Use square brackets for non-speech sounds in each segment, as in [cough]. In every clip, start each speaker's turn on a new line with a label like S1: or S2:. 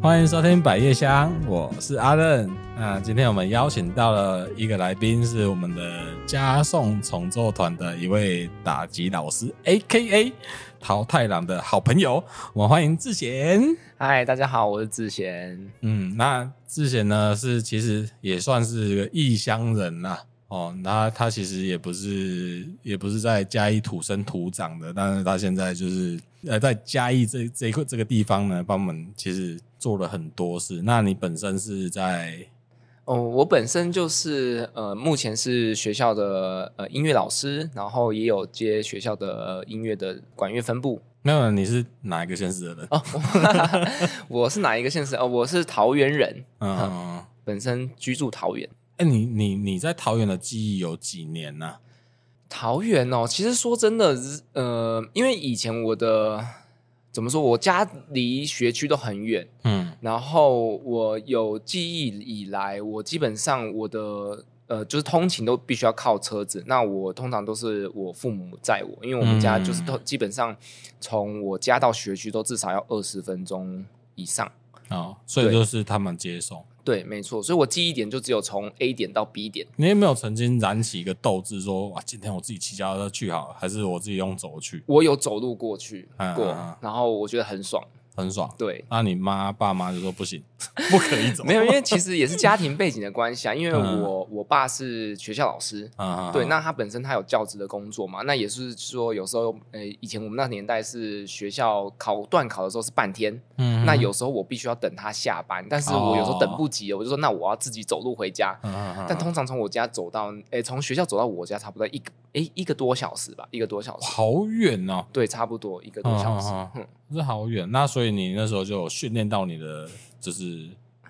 S1: 欢迎收听百叶香，我是阿任。那今天我们邀请到了一个来宾，是我们的加送重奏团的一位打击老师，A K A 桃太郎的好朋友。我们欢迎志贤。
S2: 嗨，大家好，我是志贤。
S1: 嗯，那志贤呢是其实也算是个异乡人啦、哦，那他其实也不是也不是在嘉义土生土长的，但是他现在就是呃在嘉义这这一块这个地方呢，帮我们其实做了很多事。那你本身是在
S2: 哦，我本身就是呃，目前是学校的呃音乐老师，然后也有接学校的、呃音乐的管乐分部。
S1: 没有你是哪一个县市的人？ [laughs]
S2: 哦， [laughs] 我我是哪一个县市？哦，我是桃园人，
S1: 嗯嗯，嗯
S2: 本身居住桃园。
S1: 哎、你你你在桃园的记忆有几年呢、
S2: 嗯桃园哦，其实说真的，呃，因为以前我的怎么说，我家离学区都很远，
S1: 嗯
S2: 然后我有记忆以来，我基本上我的呃，就是通勤都必须要靠车子。那我通常都是我父母载我，因为我们家就是都、基本上从我家到学区都至少要二十分钟以上。
S1: 哦，所以
S2: 对
S1: 就是他们接送。
S2: 对，没错，所以我记忆点就只有从 A 点到 B 点。
S1: 你有没有曾经燃起一个斗志说哇，今天我自己骑脚踏车去好了，还是我自己用走去，
S2: 我有走路过去
S1: 嗯
S2: 过，
S1: 嗯嗯
S2: 然后我觉得很爽。
S1: 很爽。
S2: 对，
S1: 那你妈爸妈就说不
S2: [laughs]
S1: 行，不可以走。
S2: 没有，因为其实也是家庭背景的关系啊，因为
S1: 嗯
S2: 我我爸是学校老师，
S1: 啊，
S2: 对，那他本身他有教职的工作嘛，那也是说有时候，呃，以前我们那年代是学校考段考的时候是半天，
S1: 嗯
S2: 那有时候我必须要等他下班，但是我有时候
S1: 哦
S2: 等不及了，我就说那我要自己走路回
S1: 嗯
S2: 家。但
S1: 但
S2: 通常从我家走到，诶，从学校走到我家差不多一个，诶，一个多小时吧，一个多小时，
S1: 好远哦，
S2: 对，差不多一个多小时。
S1: 嗯嗯
S2: 嗯，
S1: 这好远。那所以你那时候就有训练到你的就是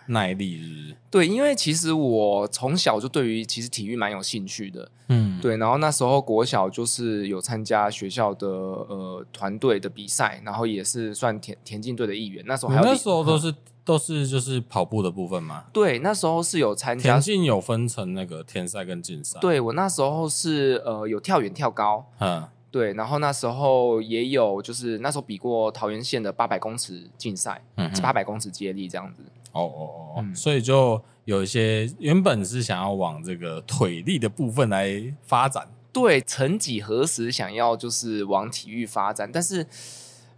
S1: 耐力是不是，
S2: 对，因为其实我从小就对于其实体育蛮有兴趣的，
S1: 嗯，
S2: 对，然后那时候国小就是有参加学校的呃团队的比赛，然后也是算田田径队的一员。那时候
S1: 你
S2: 还有
S1: 那
S2: 比
S1: 时候都
S2: 嗯
S1: 是都是就是跑步的部分嘛。
S2: 对，那时候是有参加
S1: 田。径有分成那个田赛跟竞赛，，
S2: 对我那时候是呃有跳远、跳高，
S1: 嗯
S2: 对，然后那时候也有就是那时候比过桃园县的八百公尺竞赛，
S1: 嗯哼，
S2: 八百公尺接力这样子。
S1: 哦哦哦哦，
S2: 嗯
S1: 所以就有一些原本是想要往这个腿力的部分来发展，
S2: 对，曾几何时想要就是往体育发展，但是，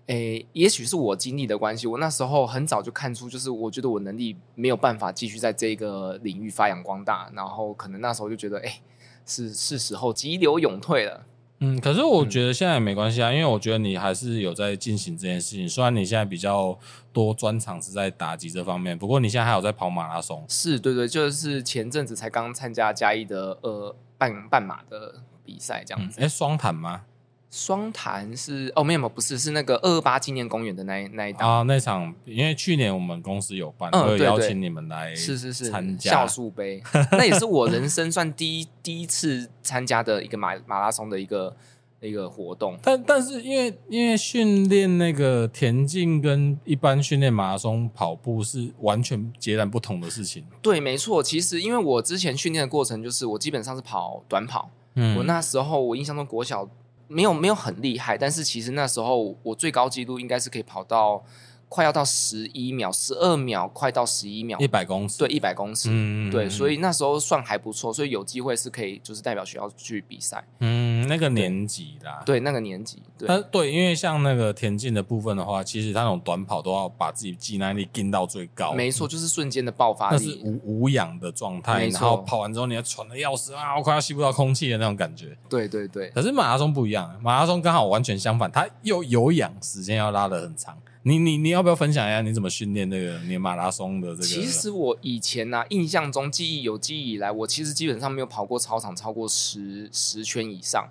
S2: 诶，也许是我经历的关系，我那时候很早就看出，就是我觉得我能力没有办法继续在这个领域发扬光大，然后可能那时候就觉得，诶，是是时候急流勇退了。
S1: 嗯，可是我觉得现在也没关系啊，因为我觉得你还是有在进行这件事情。虽然你现在比较多专长是在打击这方面，不过你现在还有在跑马拉松。
S2: 是对对，就是前阵子才刚参加嘉义的呃半半马的比赛，这样
S1: 嗯
S2: 子。，
S1: 哎，双坦吗？
S2: 双潭是哦，没有没有，不是，是那个二二八纪念公园的那一那一档。
S1: 啊，那场因为去年我们公司有办，
S2: 嗯
S1: 我有
S2: 对
S1: 邀
S2: 对
S1: 请你们来
S2: 是是是，
S1: 参加
S2: 酵。素杯，那也是我人生算第一第一次参加的一个马马拉松的一个一个活动。
S1: 但但是因为因为训练那个田径跟一般训练马拉松跑步是完全截然不同的事情。
S2: 对，没错，其实因为我之前训练的过程，就是我基本上是跑短跑。
S1: 嗯
S2: 我那时候我印象中国小没有没有很厉害，但是其实那时候我最高纪录应该是可以跑到快要到十一秒、十二秒，快到十一秒
S1: 一，百公尺，
S2: 对，，一百公尺。
S1: 嗯
S2: 对，所
S1: 以
S2: 以那时候算还不错，所以有机会是可以就是代表学校去比赛。
S1: 嗯那个年级啦，
S2: 对，那个年级，对，
S1: 但对，因为像那个田径的部分的话，其实他那种短跑都要把自己肌耐力盯到最高，
S2: 没错，就是瞬间的爆发
S1: 嗯那是
S2: 力。
S1: 无无氧的状态，
S2: 没
S1: 然
S2: 错
S1: 后跑完之后你要喘的要死啊，我快要吸不到空气的那种感觉。
S2: 对对
S1: [laughs]
S2: 对，
S1: 可是马拉松不一样，马拉松刚好完全相反，它又有氧，时间要拉的很长。你你你要不要分享一下你怎么训练这个你马拉松的这个？
S2: 其实我以前呢、啊，印象中记忆有记忆以来，我其实基本上没有跑过操场超过十十圈以上。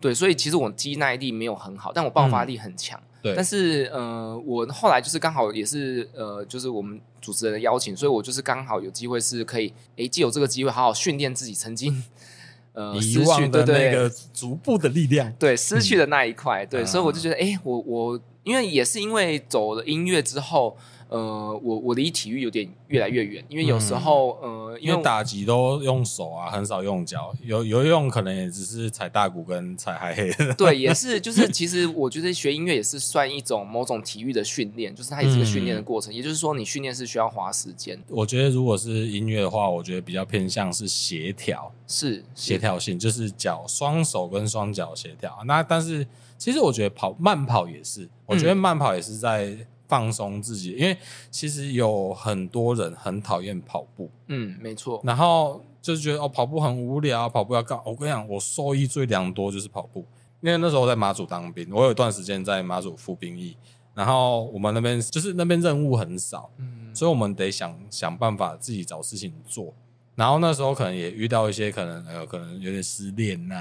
S2: 对，所以其实我肌耐力没有很好，但我爆发力很强。
S1: 嗯对
S2: 但是呃，我后来就是刚好也是呃，就是我们主持人的邀请，所以我就是刚好有机会是可以，诶，借有这个机会好好训练自己曾经 [laughs] 呃
S1: 遗
S2: 失去
S1: 忘的
S2: 对对
S1: 那个逐步的力量。
S2: 对失去的那一块，对，
S1: 嗯
S2: 所以我就觉得，哎，我我因为也是因为走了音乐之后，呃，我我离体育有点越来越远，因为有时候，呃，
S1: 嗯
S2: 因
S1: 因
S2: 为
S1: 为
S2: 我
S1: 打击都用手啊，很少用脚，有有用可能也只是踩大鼓跟踩嗨黑。 [laughs]
S2: 对，也是，就是其实我觉得学音乐也是算一种某种体育的训练，就是它也是个训
S1: 嗯
S2: 练的过程，也就是说你训练是需要花时间的，
S1: 我觉得如果是音乐的话，我觉得比较偏向是协调，
S2: 是
S1: 协
S2: 是
S1: 调性就是脚双手跟双脚协调。那但是其实我觉得跑慢跑也是，我
S2: 嗯
S1: 觉得慢跑也是在放松自己，因为其实有很多人很讨厌跑步，
S2: 嗯，没错，
S1: 然后就是觉得哦跑步很无聊，跑步要干。我跟你讲，我受益最良多就是跑步，因为那时候我在马祖当兵，我有一段时间在马祖服兵役，然后我们那边就是那边任务很少，
S2: 嗯，
S1: 所以我们得想想办法自己找事情做。然后那时候可能也遇到一些可能呃可能有点失恋呐、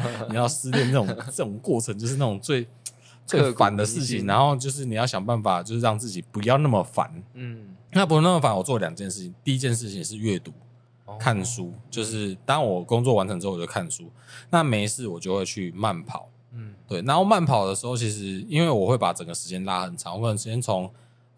S2: [laughs]
S1: 你要失恋这种这种过程就是那种最
S2: 刻
S1: 最
S2: 骨
S1: 烦的
S2: 铭
S1: 事
S2: 心
S1: 情，然后就是你要想办法就是让自己不要那么烦。
S2: 嗯，
S1: 那不是那么烦，我做两件事情，第一件事情是阅读，
S2: 哦
S1: 看书，就是当我工作完成之后我就看书，那没事我就会去慢跑，
S2: 嗯
S1: 对，然后慢跑的时候，其实因为我会把整个时间拉很长，我可能先从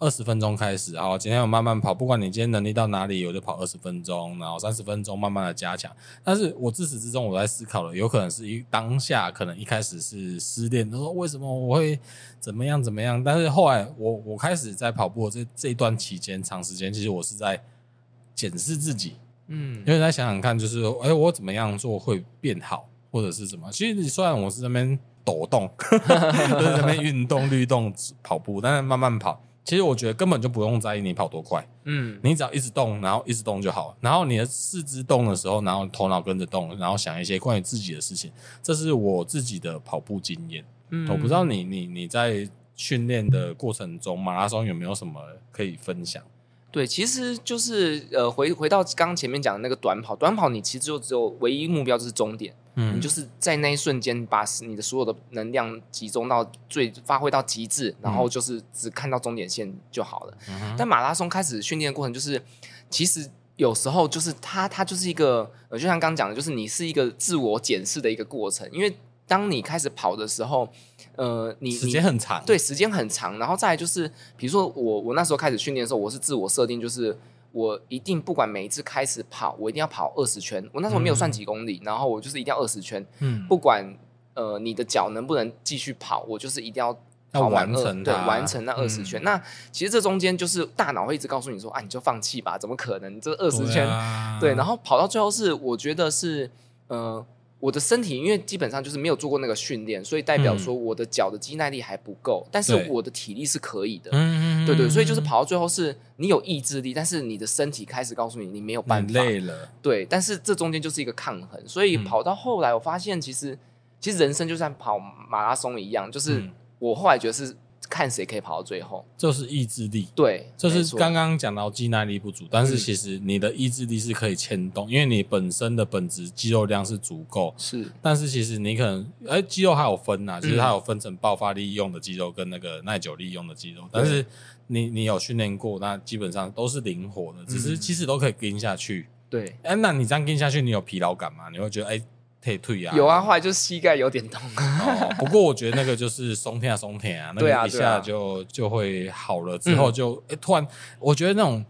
S1: 二十分钟开始，然后今天我慢慢跑，不管你今天能力到哪里，我就跑二十分钟，然后三十分钟慢慢的加强。但是我自始至终我在思考的，有可能是一当下可能一开始是失恋，他说为什么我会怎么样怎么样，但是后来我我开始在跑步的这这一段期间，长时间其实我是在检视自己，
S2: 嗯
S1: 因为再想想看，就是哎、诶我怎么样做会变好，或者是怎么？其实你虽然我是在那边抖动， [laughs] 就是在那边运动、律动、跑步，但是慢慢跑。其实我觉得根本就不用在意你跑多快，
S2: 嗯
S1: 你只要一直动，然后一直动就好。然后你的四肢动的时候，然后头脑跟着动，然后想一些关于自己的事情。这是我自己的跑步经验。
S2: 嗯
S1: 我不知道你你你在训练的过程中，马拉松有没有什么可以分享？
S2: 对，其实就是呃，回回到刚刚前面讲的那个短跑，短跑你其实就只有唯一目标就是终点，
S1: 嗯
S2: 你就是在那一瞬间把你的所有的能量集中到最发挥到极致，然
S1: 嗯
S2: 后就是只看到终点线就好了。但马拉松开始训练的过程，就是其实有时候就是它它就是一个呃，就像刚刚讲的，就是你是一个自我检视的一个过程，因为当你开始跑的时候，呃，你
S1: 时
S2: 你
S1: 间很长，
S2: 对，时间很长。然后再来就是，比如说我我那时候开始训练的时候，我是自我设定，就是我一定不管每一次开始跑，我一定要跑二十圈。我那时候没有算几公里，然后我就是一定要二十圈，
S1: 嗯，
S2: 不管呃你的脚能不能继续跑，我就是一定要。
S1: 要
S2: 跑完
S1: 完
S2: 二
S1: 成
S2: 对
S1: 它
S2: 完成那二十
S1: 嗯
S2: 圈，那其实这中间就是大脑会一直告诉你说啊，你就放弃吧，怎么可能？这二
S1: 二
S2: 十圈对，然
S1: 后
S2: 后跑到最后是，我觉得是，呃，我的身体因为基本上就是没有做过那个训练，所以代表说我的脚的肌耐力还不够，但是
S1: 嗯对
S2: 我的体力是可以的。
S1: 嗯
S2: 对对，所以就是跑到最后是你有意志力，但是你的身体开始告诉你你没有办
S1: 蛮
S2: 法。
S1: 累了，
S2: 对，但是这中间就是一个抗衡，所以
S1: 嗯
S2: 跑到后来，我发现其实其实人生就像跑马拉松一样，就是
S1: 嗯
S2: 我后来觉得是看谁可以跑到最后。
S1: 就是意志力。
S2: 对，
S1: 就
S2: 没
S1: 是
S2: 错
S1: 刚刚讲到肌耐力不足，但
S2: 嗯
S1: 是其实你的意志力是可以牵动，因为你本身的本质肌肉量是足够。
S2: 是
S1: 但是其实你可能，哎、肌肉还有分
S2: 嗯
S1: 呐、就是它有分成爆发力用的肌肉跟那个耐久力用的肌肉。但是你你有训练过，那基本上都是灵活的，只是
S2: 嗯
S1: 其实都可以跟下去。
S2: 对，
S1: 哎、那你这样跟下去，你有疲劳感吗？你会觉得哎、退退啊？
S2: 有啊，后来就是膝盖有点痛。
S1: 哦，不过我觉得那个就是松天啊松天啊，那
S2: 对啊
S1: 个一
S2: 对啊嗯
S1: 下就就会好了，之后就、诶突然，我觉得那种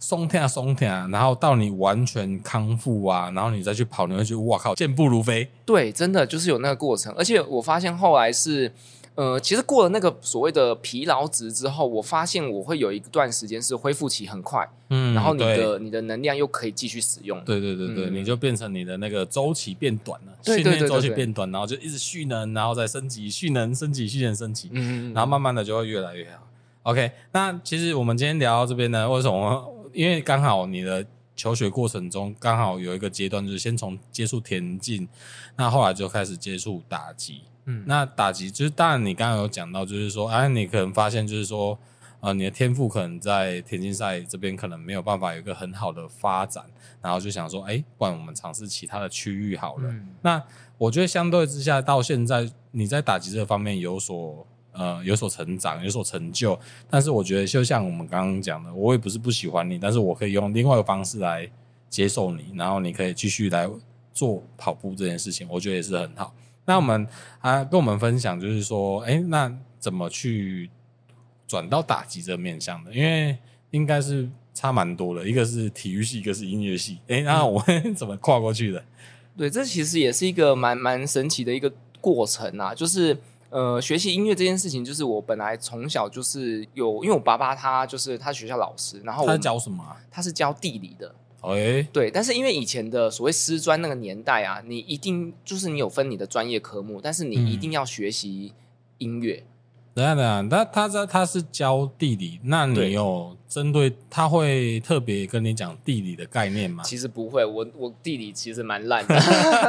S1: 松天啊松天啊，然后到你完全康复啊，然后你再去跑，你会觉得哇靠，健步如飞。
S2: 对，真的就是有那个过程，而且我发现后来是，呃，其实过了那个所谓的疲劳值之后，我发现我会有一段时间是恢复期很快，
S1: 嗯
S2: 然后你
S1: 对
S2: 的你的能量又可以继续使用。
S1: 对对对对，
S2: 嗯
S1: 你就变成你的那个周期变短了，
S2: 对
S1: 训
S2: 对
S1: 练
S2: 对对
S1: 周期
S2: 对
S1: 变短，然后就一直蓄能，然后再升级蓄能升级蓄能升级，
S2: 嗯，嗯，
S1: 然后慢慢的就会越来越好。OK，那其实我们今天聊到这边呢，为什么？因为刚好你的求学过程中，刚好有一个阶段就是先从接触田径，那后来就开始接触打击。
S2: 嗯
S1: 那打击就是，当然你刚刚有讲到，就是说，哎、你可能发现就是说，呃，你的天赋可能在田径赛这边可能没有办法有一个很好的发展，然后就想说，哎、不然我们尝试其他的区域好了。
S2: 嗯
S1: 那我觉得相对之下，到现在你在打击这方面有所呃有所成长，有所成就。但是我觉得，就像我们刚刚讲的，我也不是不喜欢你，但是我可以用另外一个方式来接受你，然后你可以继续来做跑步这件事情，我觉得也是很好。那我们啊，跟我们分享就是说，哎、那怎么去转到打击这面向的？因为应该是差蛮多的，一个是体育系，一个是音乐系。哎、
S2: 嗯
S1: 那我 [laughs] 们怎么跨过去
S2: 啊
S1: 的？
S2: 对，这其实也是一个蛮蛮神奇的一个过程啊，就是呃，学习音乐这件事情，就是我本来从小就是有，因为我爸爸他就是他学校老师，然后我
S1: 他
S2: 们
S1: 教什么、啊？
S2: 他是教地理的，
S1: 哎、
S2: 对，但是因为以前的所谓师专那个年代啊，你一定就是你有分你的专业科目，但是你
S1: 嗯
S2: 一定要学习音乐。
S1: 等一下等一下，他他在他是教地理，那你
S2: 对
S1: 有针对他会特别跟你讲地理的概念吗？
S2: 其实不会，我我地理其实蛮烂的。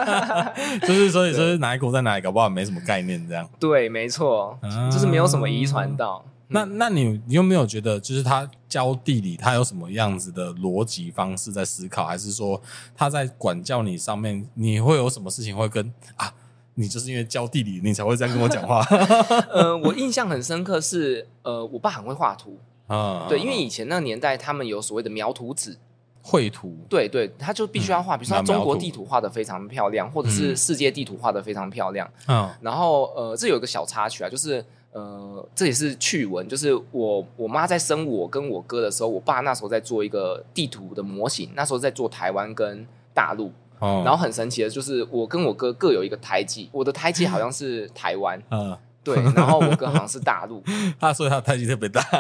S1: [laughs] 就是所以说是哪一国在哪里，搞不好没什么概念这样。
S2: 对，没错，
S1: 啊
S2: 就是没有什么遗传到。
S1: 那那你你有没有觉得，就是他教地理，他有什么样子的逻辑方式在思考，还是说他在管教你上面，你会有什么事情会跟啊？你就是因为教地理，你才会这样跟我讲话。 [laughs]
S2: 呃，我印象很深刻是，呃，我爸很会画图，
S1: 啊，
S2: 对，因为以前那个年代他们有所谓的描图纸，
S1: 绘图，
S2: 对对，他就必须要画，比如说他
S1: 嗯那描
S2: 中国
S1: 图
S2: 地图画的非常漂亮，或者
S1: 嗯
S2: 是世界地图画的非常漂亮。
S1: 嗯
S2: 然后呃，这有一个小插曲啊，就是呃，这也是趣闻，就是我我妈在生我跟我哥的时候，我爸那时候在做一个地图的模型，那时候在做台湾跟大陆。
S1: 哦，
S2: 然后很神奇的就是，我跟我哥各有一个胎记，我的胎记好像是
S1: [laughs]
S2: 台湾，
S1: 嗯，
S2: 对，然后我哥好像是大陆，
S1: 他所以他胎记特别大， [laughs]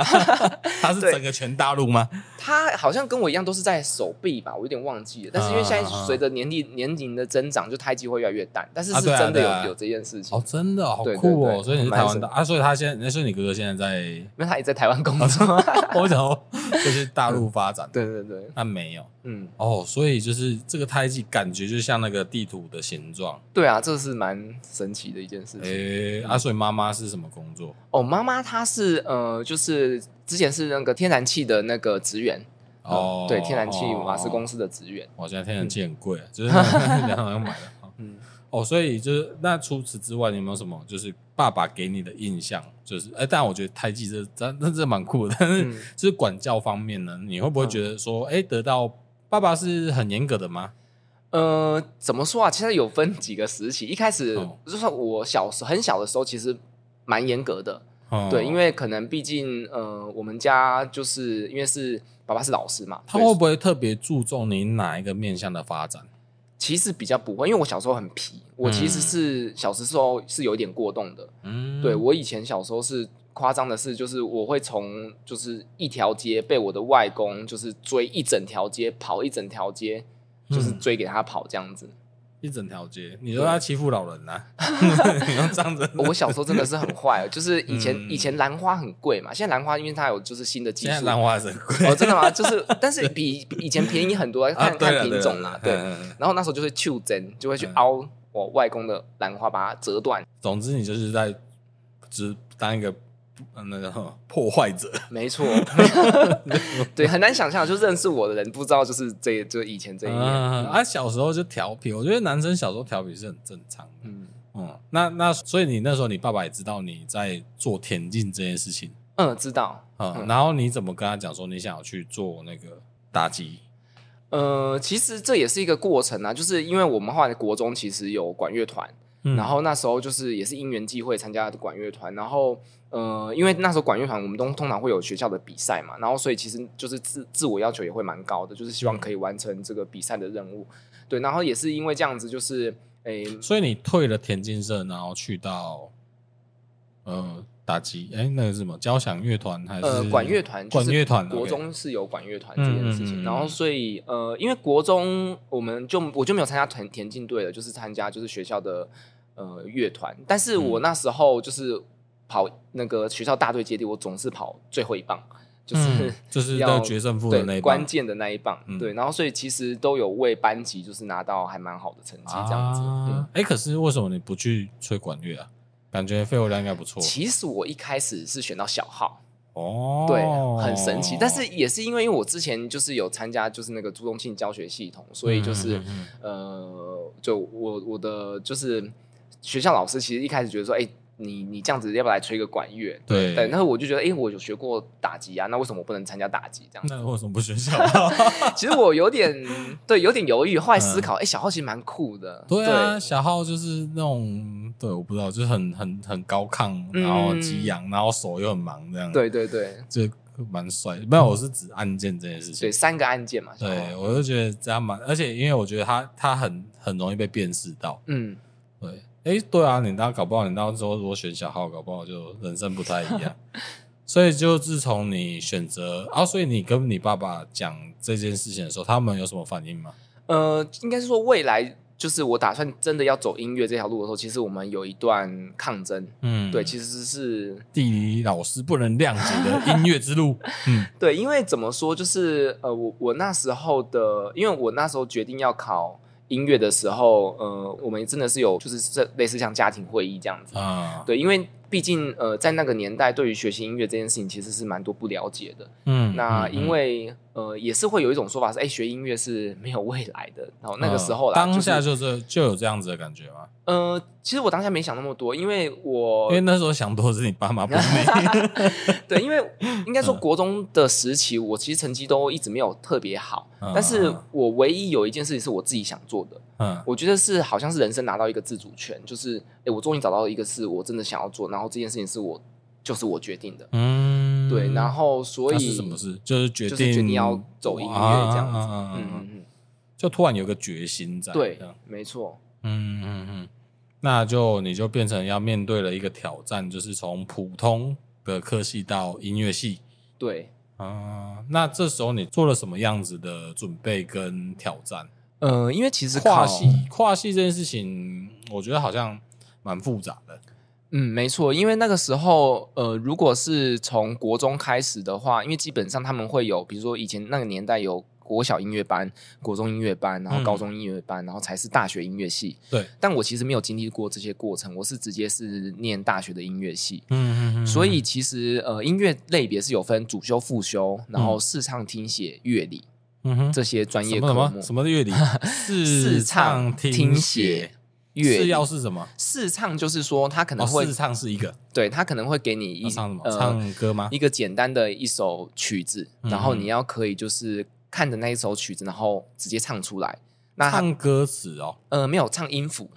S1: 他是
S2: 对
S1: 整个全大陆吗？
S2: 他好像跟我一样都是在手臂吧，我有点忘记了。但是
S1: 嗯
S2: 因为现在随着年龄年龄的增长，就胎记会越来越淡，但是
S1: 啊
S2: 是
S1: 对啊
S2: 真的有、
S1: 对啊
S2: 有这件事情
S1: 哦，，真的哦好
S2: 对
S1: 酷
S2: 对
S1: 哦！
S2: 对
S1: 所以你是
S2: 蛮
S1: 台湾
S2: 神
S1: 的啊，所以他现在，所以你哥哥现在在，
S2: 因为他也在台湾工
S1: 哦
S2: 作。
S1: 我想说就是大陆发展，
S2: [laughs] 对对对，
S1: 那没有
S2: 嗯，
S1: 哦，所以就是这个胎记感觉就像那个地图的形状。
S2: 对啊，这是蛮神奇的一件事情。
S1: 诶、啊，所以妈妈是什么工作？
S2: 哦，妈妈她是呃，就是之前是那个天然气的那个职员，嗯
S1: 哦，
S2: 对，天然气瓦斯公
S1: 司。
S2: 司的职员，
S1: 哇，现在天然气很贵，就是两两要买的。
S2: 嗯。
S1: 哦，所以就是那除此之外，你有没有什么就是爸爸给你的印象？就是哎、但我觉得胎记这真真这蛮酷的，但是
S2: 嗯
S1: 就是管教方面呢，你会不会觉得说，哎、得到爸爸是很严格的吗？
S2: 呃，怎么说啊？其实有分几个时期。一开始
S1: 哦
S2: 就是我小时很小的时候，其实蛮严格的。
S1: 哦
S2: 对，因为可能毕竟呃，我们家就是因为是爸爸是老师嘛，
S1: 他
S2: 对
S1: 会不会特别注重你哪一个面向的发展？
S2: 其实比较不会，因为我小时候很皮，我其实是小时候是有一点过动的。
S1: 嗯，
S2: 对我以前小时候是夸张的是，就是我会从就是一条街被我的外公就是追一整条街，跑一整条街，就是
S1: 嗯
S2: 追给他跑这样子。
S1: 一整条街，你说他欺负老人呐、啊 [laughs] 你要这样子，
S2: 我小时候真的是很坏，哦就是以前、
S1: 嗯
S2: 以前兰花很贵嘛，现在兰花因为它有就是新的技
S1: 现在
S2: 术，
S1: 兰花还是很贵
S2: 哦，真的吗？就是，但是比比以前便宜很多啊，看、
S1: 对
S2: 看
S1: 了嗯
S2: 品种啦。
S1: 对
S2: 对
S1: 了，嗯嗯嗯
S2: 然后那时候就会去针，就会去凹我外公的兰花，把它折断。
S1: 总之你就是在只当一个呃那个呵破坏者，[laughs]
S2: 没错，对，很难想象，就认识我的人不知道，就是这就以前这一面。
S1: 嗯，啊，小时候就调皮，我觉得男生小时候调皮是很正常的。
S2: 嗯
S1: 嗯，那那所以你那时候你爸爸也知道你在做田径这件事情
S2: 嗯，知道。
S1: 啊、嗯然后你怎么跟他讲说你想要去做那个打击？
S2: 呃，其实这也是一个过程啊，就是因为我们后来国中其实有管乐团，
S1: 嗯
S2: 然后那时候就是也是因缘际会参加的管乐团，然后呃，因为那时候管乐团我们都通常会有学校的比赛嘛，然后所以其实就是自自我要求也会蛮高的，就是希望可以完成这个比赛的任务。对，然后也是因为这样子，就是诶、
S1: 所以你退了田径社，然后去到呃打击，哎、那个是什么交响乐团还是、
S2: 呃管乐团，
S1: 管乐团
S2: 国
S1: OK
S2: 中是有管乐团这件事
S1: 嗯嗯嗯
S2: 情，
S1: 嗯
S2: 然后所以呃，因为国中我们就我就没有参加田田径队了，就是参加就是学校的呃乐团，但是
S1: 嗯
S2: 我那时候就是跑那个学校大队接力，我总是跑最后一棒，就是、
S1: 嗯
S2: [laughs]
S1: 就是
S2: 要
S1: 那决胜负的那
S2: 对
S1: 一
S2: 关
S1: 关
S2: 键的那一棒，
S1: 嗯
S2: 对，然后所以其实都有为班级就是拿到还蛮好的成绩这样子。嗯
S1: 啊，哎、可是为什么你不去吹管乐啊？感觉肺活量应该不错
S2: 其实我一开始是选到小号，
S1: 哦，
S2: 对，很神奇。但是也是因为因为我之前就是有参加就是那个朱宗庆教学系统，所以就是、
S1: 嗯嗯嗯
S2: 呃，就我我的就是学校老师其实一开始觉得说，哎、你你这样子要不要来吹个管乐？
S1: 对
S2: 对，那我就觉得，哎、我有学过打击啊，那为什么我不能参加打击
S1: [laughs]
S2: 这样子？
S1: 那为什么不学校？
S2: [laughs] 其实我有点对，有点犹豫。后来思考，哎、小号其实蛮酷的，
S1: 嗯对啊，小号就是那种，对，我不知道，就是很很很高亢，
S2: 嗯
S1: 然后激昂，然后手又很忙，这样，，
S2: 对对对
S1: 就蛮帅。没有，我是指按键这件事情
S2: 对，。三个按键嘛，小号
S1: 对，我就觉得这样蛮，而且因为我觉得他他很很容易被辨识到。
S2: 嗯，
S1: 对，哎，对啊，你到搞不好你到时候如果选小号，搞不好就人生不太一样。所以就自从你选择啊，所以你跟你爸爸讲这件事情的时候，他们有什么反应吗？
S2: 呃，应该是说未来就是我打算真的要走音乐这条路的时候，其实我们有一段抗争，
S1: 嗯，
S2: 对，其实是
S1: 地理老师不能谅解的音乐之
S2: [laughs]
S1: 路。嗯
S2: 对，因为怎么说，就是呃，我我那时候的，因为我那时候决定要考音乐的时候，呃，我们真的是有就是这类似像家庭会议这样子，
S1: 啊，
S2: 对，因为毕竟呃，在那个年代，对于学习音乐这件事情其实是蛮多不了解的。
S1: 嗯
S2: 那因
S1: 嗯
S2: 为呃，也是会有一种说法是，哎，学音乐是没有未来的。然后那个时候
S1: 嗯
S2: 啦，
S1: 当下
S2: 就是、
S1: 就这就有这样子的感觉吗？
S2: 呃，其实我当下没想那么多，因为
S1: 因
S2: 我
S1: 为那时候想多的是你爸妈，不是你。
S2: 对，因为
S1: [laughs]
S2: 应该说
S1: 嗯
S2: 国中的时期，我其实成绩都一直没有特别好，
S1: 嗯
S2: [laughs] 但是我唯一有一件事情是我自己想做的，
S1: 嗯
S2: 我觉得是好像是人生拿到一个自主权，就是哎，我终于找到一个是我真的想要做，然后这件事情是我就是我决定的，
S1: 嗯
S2: 对，然后所
S1: 那
S2: 以
S1: 是什么事？就是决
S2: 就是
S1: 定
S2: 决定要走音乐这样子，
S1: 啊
S2: 嗯嗯嗯，
S1: 就突然有个决心在。
S2: 对
S1: 这样，
S2: 没错，
S1: 嗯嗯嗯，那就你就变成要面对了一个挑战，就是从普通的科系到音乐系。
S2: 对。
S1: 啊、那这时候你做了什么样子的准备跟挑战？
S2: 呃，因为其实
S1: 跨
S2: 考
S1: 系跨系这件事情，我觉得好像蛮复杂的。
S2: 嗯，没错，因为那个时候，呃，如果是从国中开始的话，因为基本上他们会有，比如说以前那个年代有国小音乐班、国中音乐班，然后
S1: 嗯
S2: 高中音乐班，然后才是大学音乐系。
S1: 对，
S2: 但我其实没有经历过这些过程，我是直接是念大学的音乐系。
S1: 嗯嗯
S2: 所以其实呃，音乐类别是有分主修、副修，然后视唱、听写、乐理
S1: 嗯哼，
S2: 这些专业
S1: 嗯什
S2: 科
S1: 么什
S2: 目
S1: 么。什么
S2: [laughs]
S1: 乐理？视
S2: 视
S1: 唱
S2: 唱
S1: 听
S2: 听
S1: 写
S2: 写，乐
S1: 是
S2: 理
S1: 要是什么？
S2: 视唱就是说，他可
S1: 哦，
S2: 能会、
S1: 视唱是一个，
S2: 对他可能会给你一
S1: 要唱什么？
S2: 呃
S1: 唱歌吗？
S2: 一个简单的一首曲子，
S1: 嗯
S2: 然后你要可以就是看着那一首曲子，然后直接唱出来。那它
S1: 唱歌词哦，
S2: 呃没有唱音符，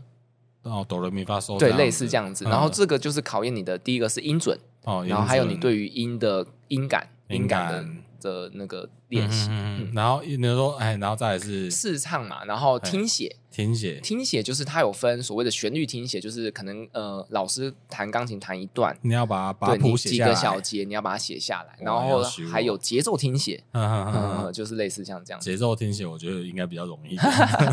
S1: 哦，哆来咪发嗦，
S2: 对，类似这样子。然后
S1: 嗯
S2: 这个就是考验你的第一个是音准，
S1: 哦，
S2: 然后还有你
S1: 音准
S2: 对于音的音感、
S1: 音
S2: 音
S1: 感
S2: 感的的那个练习。
S1: 嗯嗯嗯嗯然后你说，哎，然后再来是
S2: 试唱嘛，然后听写，
S1: 听写，
S2: 听写就是它有分所谓的旋律听写，就是可能呃老师弹钢琴弹一段，
S1: 你要把把
S2: 对你
S1: 谱写
S2: 几
S1: 下来，
S2: 个小节你要把它写下来，
S1: 哇
S2: 然后
S1: 要学哦
S2: 还有节奏听写，
S1: 嗯嗯嗯嗯
S2: 呃
S1: 嗯，
S2: 就是类似像这样子。
S1: 节奏听写，我觉得应该比较容易。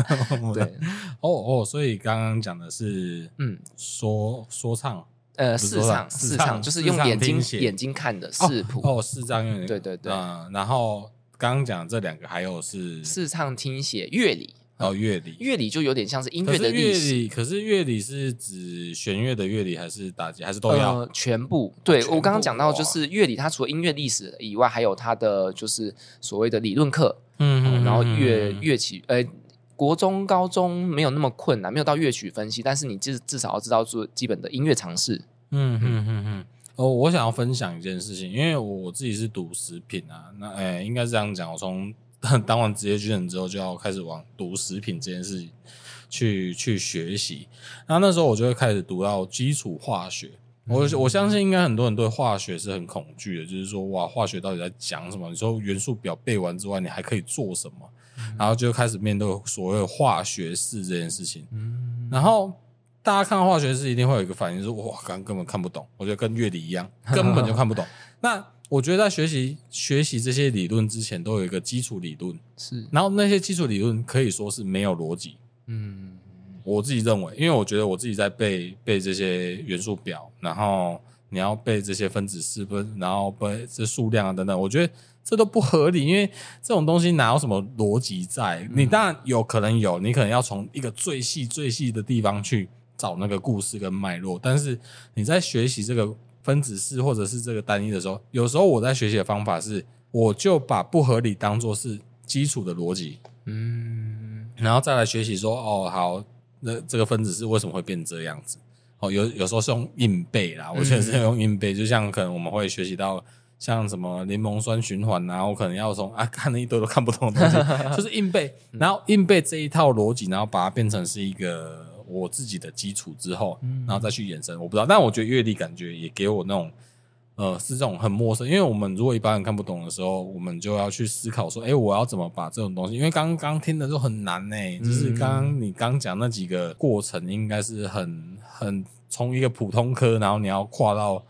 S2: [laughs] 对，
S1: [laughs] 哦哦，所以刚刚讲的是
S2: 嗯，
S1: 说说唱
S2: 呃，
S1: 不是
S2: 视
S1: 说
S2: 唱，
S1: 唱
S2: 视
S1: 视
S2: 唱
S1: 唱
S2: 就是
S1: 视
S2: 用
S1: 唱
S2: 眼
S1: 听
S2: 睛
S1: 写
S2: 眼睛看的
S1: 哦
S2: 视谱，
S1: 哦，视唱乐理，
S2: 对对对
S1: 嗯，然后刚刚讲这两个还有是
S2: 视唱听写乐理，
S1: 哦乐理。
S2: 乐理就有点像是音
S1: 可
S2: 乐
S1: 是
S2: 的
S1: 乐
S2: 历史，
S1: 理，可是乐理是指弦乐的乐理，还是打击，还是都要？
S2: 呃，全部。对
S1: 全
S2: 我刚
S1: 部
S2: 刚讲到，就
S1: 哇
S2: 是乐理它除了音乐历史以外，还有它的就是所谓的理论课，
S1: 嗯
S2: 嗯然后乐
S1: 乐
S2: 乐曲，呃。国中、高中没有那么困难，没有到乐曲分析，但是你至至少要知道做基本的音乐常识。
S1: 嗯嗯嗯嗯。哦，我想要分享一件事情，因为我我自己是读食品啊，那诶、应该是这样讲，我从 [laughs] 当完职业军人之后，就要开始往读食品这件事情去去学习。那那时候我就会开始读到基础化学。我我相信应该很多人对化学是很恐惧的，就是说哇，化学到底在讲什么？你说元素表背完之外，你还可以做什么？然后就开始面对所谓的化学式这件事情。
S2: 嗯，
S1: 然后大家看到化学式一定会有一个反应，就是哇，刚根本看不懂。我觉得跟乐理一样，根本就看不懂。那我觉得在学习学习这些理论之前，都有一个基础理论，
S2: 是，
S1: 然后那些基础理论可以说是没有逻辑。
S2: 嗯，
S1: 我自己认为，因为我觉得我自己在背背这些元素表，然后你要背这些分子式分，然后背这数量啊等等，我觉得这都不合理，因为这种东西哪有什么逻辑在？你当然有可能有，你可能要从一个最细最细的地方去找那个故事跟脉络，但是你在学习这个分子式或者是这个单一的时候，有时候我在学习的方法是，我就把不合理当做是基础的逻辑，
S2: 嗯，
S1: 然后再来学习说，哦，好，那这个分子是为什么会变这样子？哦，哦，有有时候是用硬背啦，我确实是用硬背，就像可能我们会学习到像什么柠檬酸循环啊，我可能要从啊看了一堆都看不懂的东西，就是硬背，然后硬背这一套逻辑，然后把它变成是一个我自己的基础之后，
S2: 嗯
S1: 然后再去延伸，我不知道，但我觉得阅历感觉也给我那种。呃，是这种很陌生，因为我们如果一般人看不懂的时候，我们就要去思考说，哎、我要怎么把这种东西？因为刚刚听的就很难呢、就是刚刚你刚讲那几个过程，应该是很很从一个普通科，然后你要跨到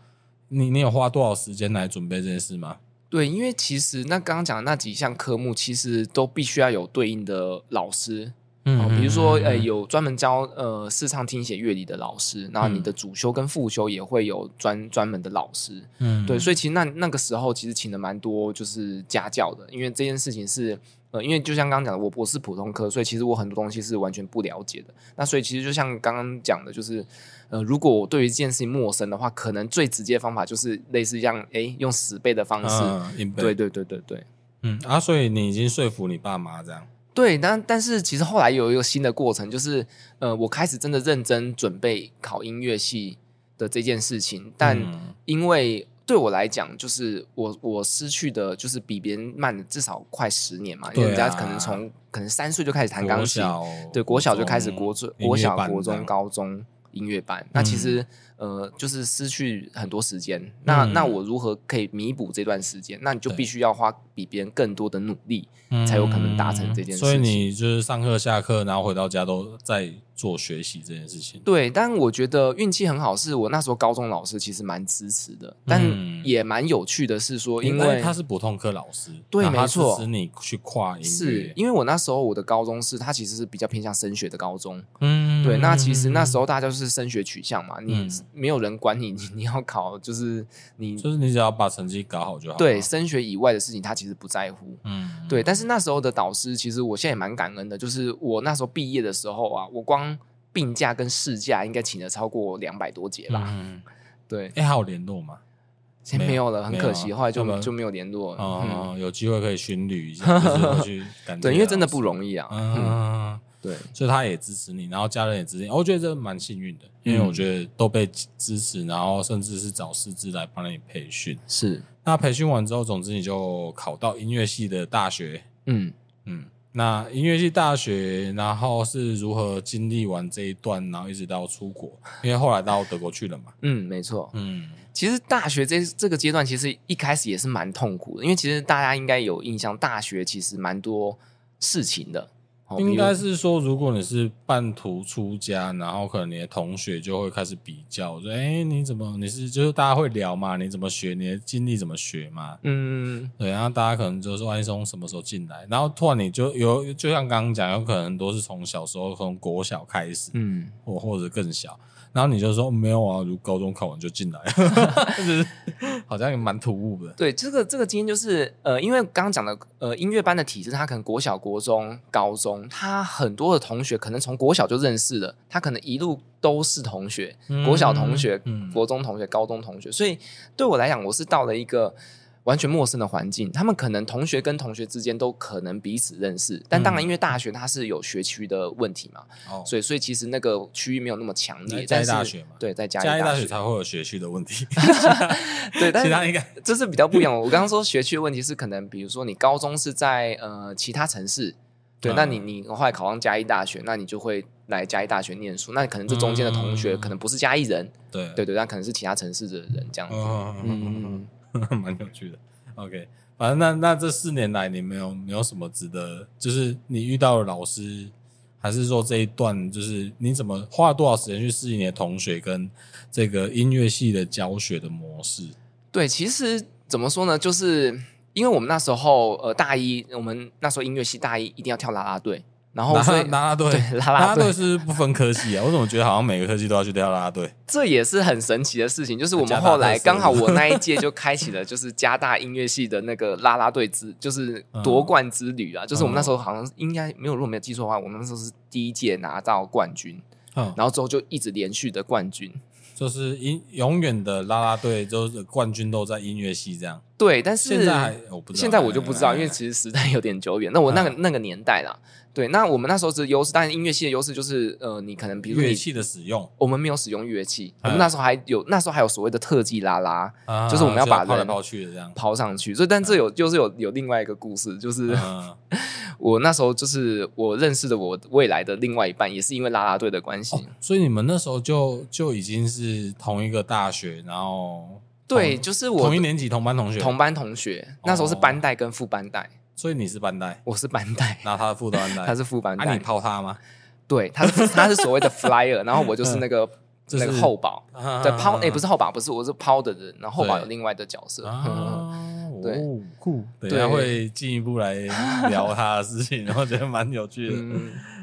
S1: 你你有花多少时间来准备这件事吗？
S2: 对，因为其实那刚刚讲的那几项科目，其实都必须要有对应的老师，
S1: 嗯
S2: 哦，比如说呃，有专门教呃视唱听写乐理的老师，然后你的主修跟副修也会有专专门的老师，
S1: 嗯
S2: 对，所以其实那那个时候其实请了蛮多就是家教的，因为这件事情是呃，因为就像刚刚讲的，我我是普通科，所以其实我很多东西是完全不了解的。那所以其实就像刚刚讲的，就是呃，如果我对于这件事情陌生的话，可能最直接的方法就是类似像诶用死背的方式，
S1: 嗯，硬背
S2: 对对对对对。
S1: 嗯啊，所以你已经说服你爸妈这样，
S2: 对，但但是其实后来有一个新的过程，就是呃，我开始真的认真准备考音乐系的这件事情，但
S1: 嗯
S2: 因为对我来讲，就是我我失去的就是比别人慢了至少快十年嘛，因为人
S1: 对啊
S2: 家可能从可能三岁就开始弹钢琴，
S1: 国小
S2: 对，国小就开始国中、国小、国中、，
S1: 音乐班
S2: 高中音乐班。那其实呃，就是失去很多时间。那、
S1: 嗯
S2: 那我如何可以弥补这段时间？那你就
S1: 对
S2: 必须要花比别人更多的努力。
S1: 这样
S2: 才有可能达成这件事情
S1: 嗯所以你就是上课、下课，然后回到家都在做学习这件事情。
S2: 对，但我觉得运气很好，是我那时候高中老师其实蛮支持的，但
S1: 嗯
S2: 也蛮有趣的是说，因
S1: 因
S2: 为
S1: 为他是普通科老师，
S2: 对
S1: 然后他
S2: 没错
S1: 支持你去跨音乐，
S2: 是因为我那时候我的高中是它其实是比较偏向升学的高中，
S1: 嗯
S2: 对，那其实那时候大家就是升学取向嘛，你
S1: 嗯
S2: 没有人管你，你你要考就是你
S1: 就是你只要把成绩搞好就好，啊
S2: 对，升学以外的事情，他其实不在乎。
S1: 嗯，
S2: 对，但是那时候的导师，其实我现在也蛮感恩的，就是我那时候毕业的时候啊，我光病假跟事假应该请了超过两百多节吧。
S1: 嗯，
S2: 对，
S1: 哎，还有联络吗？
S2: 现在没有了，很
S1: 没
S2: 可
S1: 有
S2: 惜，后来
S1: 那
S2: 就
S1: 么
S2: 就没有联络了。嗯，
S1: 哦，有机会可以巡旅一
S2: [laughs]
S1: 下，就是回去感
S2: 对，因为真的不
S1: 易，
S2: 容易啊。嗯，
S1: 嗯，
S2: 对，
S1: 所以他也支持你，然后家人也支持你，哦我觉得这蛮幸运的，因为
S2: 嗯
S1: 我觉得都被支持，然后甚至是找师资来帮你培训。
S2: 是，
S1: 那培训完之后，总之你就考到音乐系的大学，
S2: 嗯。
S1: 嗯，那音乐系大学，然后是如何经历完这一段，然后一直到出国，因为后来到德国去了嘛。
S2: 嗯，没错。
S1: 嗯，
S2: 其实大学这这个阶段，其实一开始也是蛮痛苦的，因为其实大家应该有印象，大学其实蛮多事情的。哦
S1: 嗯应
S2: 比如
S1: 该是说，如果你是半途出家，然后可能你的同学就会开始比较，说：“哎、你怎么？你是就是大家会聊嘛？你怎么学？你的经历怎么学嘛？”
S2: 嗯，
S1: 对，然后大家可能就说：“安松什么时候进来？”然后突然你就有，就像刚刚讲，有可能很多是从小时候从国小开始，
S2: 嗯，
S1: 或或者更小，然后你就说没有啊，如高中考完就进来，就是好像也蛮突兀的。
S2: 对，这个这个经验就是，呃，因为刚刚讲的，呃，音乐班的体制，他可能国小、国中、高中，他很多的同学可能从国小就认识了，他可能一路都是同学， [laughs] 国小同学、
S1: 嗯
S2: 国中同学、高中同学，所以对我来讲，我是到了一个完全陌生的环境，他们可能同学跟同学之间都可能彼此认识，但当
S1: 嗯
S2: 然，因为大学它是有学区的问题嘛，
S1: 哦，
S2: 所以所以其实那个区域没有那么强烈，
S1: 在嘉
S2: 但
S1: 义
S2: 是
S1: 大学嘛
S2: 对，在嘉
S1: 嘉
S2: 义
S1: 义大
S2: 大
S1: 学才会有学区的问题，
S2: [laughs] 对，但
S1: [laughs] 其
S2: 是
S1: 他应该
S2: 这是比较不一样的。我刚刚说学区的问题是，可能比如说你高中是在呃其他城市，对，
S1: 嗯
S2: 那你你后来考上嘉义大学，那你就会来嘉义大学念书。那可能这中间的同学
S1: 嗯
S2: 可能不是嘉义人，
S1: 对
S2: 对对，但可能是其他城市的人这样子。
S1: 嗯，[laughs]
S2: 嗯，
S1: 蛮有趣的。OK，反正那那这四年来，你没有没有什么值得，就是你遇到的老师，还是说这一段，就是你怎么花了多少时间去适应你的同学跟这个音乐系的教学的模式？
S2: 对，其实怎么说呢，就是因为我们那时候呃大一，我们那时候音乐系大一一定要跳啦啦队，然后
S1: 啦
S2: 哦所
S1: 啦
S2: 以
S1: 啦啦队，
S2: 对啦
S1: 啦
S2: 啦
S1: 队
S2: 队，
S1: 是不分科系啊，我怎么觉得好像每个科系都要去跳啦啦队？
S2: 这也是很神奇的事情，就是我
S1: 加
S2: 们
S1: 大
S2: 后来
S1: 特色
S2: 刚好
S1: [laughs]
S2: 我那一届就开启了，就是加大音乐系的那个啦啦队之，就是
S1: 嗯
S2: 夺冠之旅啊。就是我们那时候好像应该没有，如果没有记错的话，我们那时候是第一届拿到冠军，
S1: 嗯，
S2: 然后之后就一直连续的冠军。
S1: 就是音永远的啦啦队，就是冠军都在音乐系这样。
S2: 对，但是
S1: 现在还我不知道，嗯
S2: 现在我就不知道，因为
S1: 哎
S2: 其实时代有点久远。那我那个、那个年代啦，对，那我们那时候的优势，当然音乐系的优势就是，呃，你可能比如说
S1: 哎乐
S2: 你，
S1: 器的使用，
S2: 我们没有使用乐器，
S1: 嗯
S2: 我们那时候还有那时候还有所谓的特技啦啦
S1: 啊
S2: 就是我们要把人
S1: 抛来抛去的这样。
S2: 抛上去，所以但这有就是有有另外一个故事，就是、
S1: 嗯，
S2: [laughs] 我那时候就是我认识的我未来的另外一半，也是因为啦啦队的关系。
S1: 所以你们那时候就就已经是同一个大学，然后
S2: 对，
S1: 同
S2: 就是我
S1: 同一年级同班同学，哦
S2: 同班同学，那时候是班带跟副班带，
S1: 所以你是班带，
S2: 我是班带，
S1: 那他的副班带，
S2: 他是副班
S1: 啊，
S2: 带，
S1: 你泡他吗？
S2: 对，他是他是所谓的 flyer，然后我就是那个
S1: 嗯就是
S2: 那个后保，
S1: 对
S2: 对抛哎不
S1: 是
S2: 是后保，不是我是抛的人，然后后保
S1: 啊对
S2: 有另外的角色。 [laughs] 嗯
S1: 啊，
S2: 对
S1: 哦，酷，等一
S2: 对
S1: 下会进一步来聊他的事
S2: [laughs]
S1: 情，然后觉得蛮有趣的。
S2: 嗯，？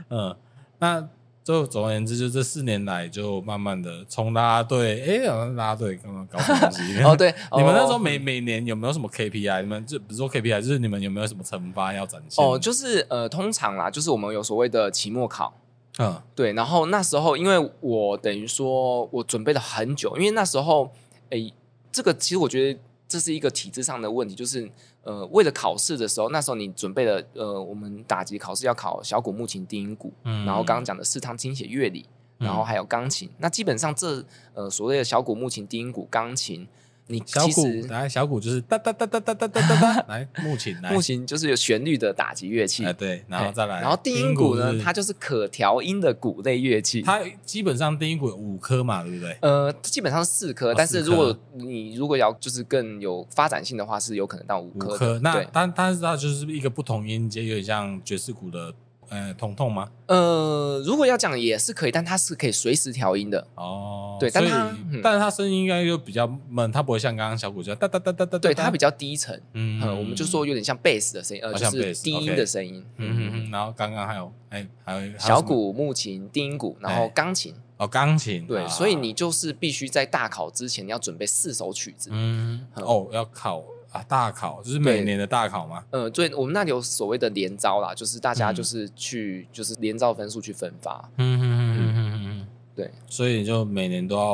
S1: 嗯，那就总而言之，就这四年来，就慢慢的从啦啦队，哎、好像啦啦队刚刚搞什么东西
S2: [laughs] 哦，对，
S1: [laughs] 你哎们那时候
S2: 哦
S1: 每每年有没有什么 KPI？你们就不是说 KPI，就是你们有没有什么惩罚要展现？
S2: 哦，就是呃，通常啦，就是我们有所谓的期末考，
S1: 嗯
S2: 对，然后那时候因为我等于说我准备了很久，因为那时候，诶，这个其实我觉得这是一个体制上的问题，就是呃，为了考试的时候，那时候你准备了呃，我们打击考试要考小鼓、木琴、低音鼓，
S1: 嗯
S2: 然后刚刚讲的视唱、听写、乐理，
S1: 嗯
S2: 然后还有钢琴。那基本上这呃所谓的小鼓、木琴、低音鼓、钢琴，你
S1: 小
S2: 其
S1: 鼓，
S2: 实
S1: 来小鼓就是哒哒哒哒哒哒哒
S2: [laughs]
S1: 哒哒，来木琴来
S2: 木琴就是有旋律的打击乐器
S1: 哎，对，然后再来，
S2: 然后低音鼓呢，它就是可调音的鼓类乐器，
S1: 它基本上低音鼓有五颗嘛，对不对？
S2: 呃，基本上是四颗，
S1: 哦
S2: 但是
S1: 四
S2: 如
S1: 颗
S2: 果你如果要就是更有发展性的话，是有可能到五
S1: 五
S2: 颗的。
S1: 颗，那
S2: 对，
S1: 但但是它就是一个不同音阶，有点像爵士鼓的呃彤彤吗？
S2: 呃，如果要讲也是可以，但它是可以随时调音的。
S1: 哦，
S2: 对
S1: 所
S2: 但
S1: 以
S2: 它嗯
S1: 但是它声音应该就比较闷，它不会像刚刚小鼓这样哒哒哒哒哒，
S2: 对，它比较低沉，
S1: 嗯
S2: 嗯，我们就说有点像贝斯的声音，呃，
S1: 哦
S2: 就
S1: 像
S2: 是
S1: bass，
S2: 低音
S1: OK
S2: 的声音。
S1: 嗯嗯
S2: 嗯，
S1: 嗯，然后刚刚还有哎还有还有
S2: 小
S1: 什么
S2: 鼓、木琴、低音鼓，然后
S1: 哎
S2: 钢琴。
S1: 哦钢琴
S2: 对，
S1: 啊
S2: 所以你就是必须在大考之前你要准备四首曲子。
S1: 嗯
S2: 嗯
S1: 哦要考啊大考就是
S2: 对
S1: 每年的大考嘛，
S2: 呃，最我们那里有所谓的连招啦，就是大家
S1: 嗯
S2: 就是去就是连招分数去分发。
S1: 嗯嗯嗯嗯嗯嗯，
S2: 对，
S1: 所以你就每年都要